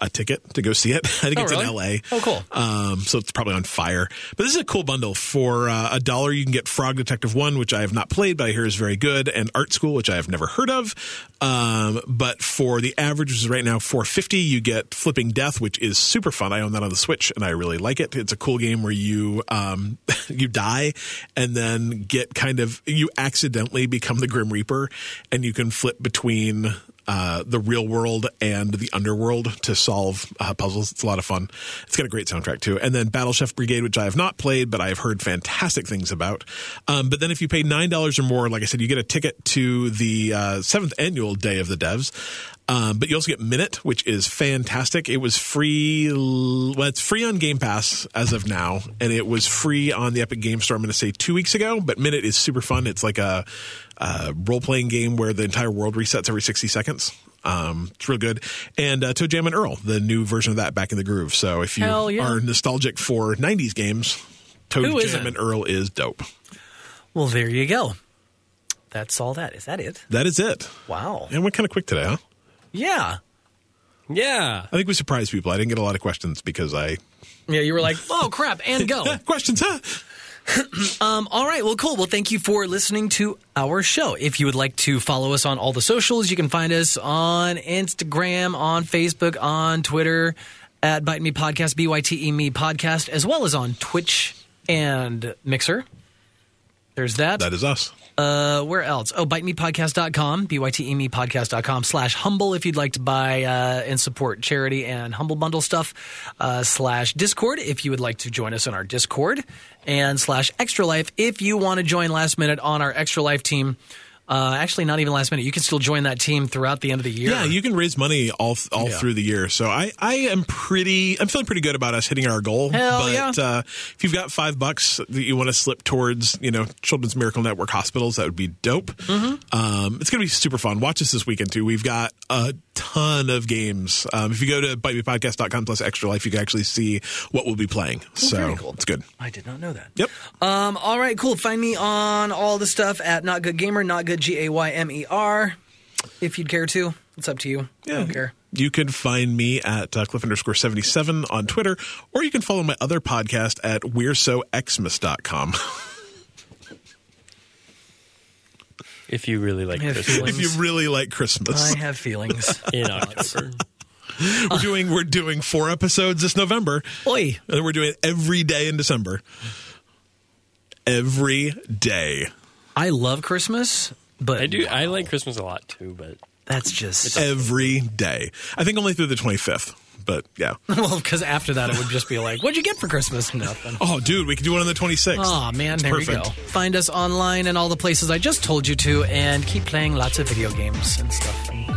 Speaker 2: a ticket to go see it. I think
Speaker 1: Oh,
Speaker 2: it's in
Speaker 1: really?
Speaker 2: LA.
Speaker 1: Oh, cool.
Speaker 2: Um, so it's probably on fire. But this is a cool bundle. For uh, a dollar, you can get Frog Detective 1, which I have not played, but I hear is very good, and Art School, which I have never heard of. Um, but for the average, which is right now 450 you get Flipping Death, which is super fun. I own that on the Switch, and I really like it. It's a cool game where you, um, you die and then get kind of, you accidentally become the Grim Reaper, and you can flip between uh, the real world and the underworld to solve uh, puzzles. It's a lot of fun. It's got a great soundtrack too. And then Battle Chef Brigade, which I have not played, but I have heard fantastic things about. Um, but then if you pay nine dollars or more, like I said, you get a ticket to the uh, seventh annual Day of the Devs. Um, but you also get Minute, which is fantastic. It was free. Well, it's free on Game Pass as of now, and it was free on the Epic Game Store. I'm going to say two weeks ago. But Minute is super fun. It's like a uh, role playing game where the entire world resets every 60 seconds. Um, it's real good. And uh, Toe Jam and Earl, the new version of that back in the groove. So if you
Speaker 1: Hell yeah.
Speaker 2: are nostalgic for 90s games, Toe
Speaker 1: Who
Speaker 2: Jam
Speaker 1: isn't?
Speaker 2: and Earl is dope.
Speaker 1: Well, there you go. That's all that. Is that it?
Speaker 2: That is it.
Speaker 1: Wow.
Speaker 2: And we're kind of quick today, huh?
Speaker 1: Yeah.
Speaker 3: Yeah.
Speaker 2: I think we surprised people. I didn't get a lot of questions because I.
Speaker 1: Yeah, you were like, oh, crap, and go.
Speaker 2: Ah, questions, huh?
Speaker 1: Um, all right, well, cool. Well, thank you for listening to our show. If you would like to follow us on all the socials, you can find us on Instagram, on Facebook, on Twitter, at Bite Me Podcast, B Y T E Me Podcast, as well as on Twitch and Mixer. There's that.
Speaker 2: That is us.
Speaker 1: Uh, where else? Oh, bitemepodcast.com, B-Y-T-E-M-E-podcast.com slash humble if you'd like to buy uh, and support charity and humble bundle stuff, uh, slash Discord if you would like to join us on our Discord, and slash Extra Life if you want to join last minute on our Extra Life team. Uh, actually, not even last minute. You can still join that team throughout the end of the year.
Speaker 2: Yeah, you can raise money all all
Speaker 1: Yeah.
Speaker 2: through the year. So I, I am pretty I'm feeling pretty good about us hitting our goal.
Speaker 1: Hell
Speaker 2: but
Speaker 1: yeah.
Speaker 2: uh, if you've got five bucks that you want to slip towards, you know, Children's Miracle Network hospitals, that would be dope.
Speaker 1: Mm-hmm.
Speaker 2: Um, it's gonna be super fun. Watch us this weekend too. We've got a ton of games. Um, if you go to bitemepodcast.com plus extra life, you can actually see what we'll be playing. so
Speaker 1: very cool.
Speaker 2: it's good.
Speaker 1: I did not know that.
Speaker 2: Yep.
Speaker 1: Um, all right, cool. Find me on all the stuff at Not Good Gamer, Not Good G A Y M E R. If you'd care to, it's up to you. I don't care.
Speaker 2: You can find me at uh, cliff underscore 77 on Twitter, or you can follow my other podcast at we're so xmas.com.
Speaker 3: If you really like
Speaker 1: Yeah,
Speaker 3: this
Speaker 1: feelings.
Speaker 2: if you really like Christmas.
Speaker 1: I have feelings.
Speaker 3: in October.
Speaker 2: We're doing we're doing four episodes this November.
Speaker 1: Oi.
Speaker 2: And we're doing it every day in December. Every day.
Speaker 1: I love Christmas, but
Speaker 3: I do. I like Christmas a lot too, but
Speaker 1: that's just
Speaker 2: Every day. I think only through the 25th, but yeah.
Speaker 1: well because after that it would just be like, what'd you get for Christmas? Nothing.
Speaker 2: Oh, dude, we could do one on the 26th.
Speaker 1: Oh man,
Speaker 2: It's
Speaker 1: there
Speaker 2: perfect.
Speaker 1: you go. Find us online and all the places I just told you to, and keep playing lots of video games and stuff. And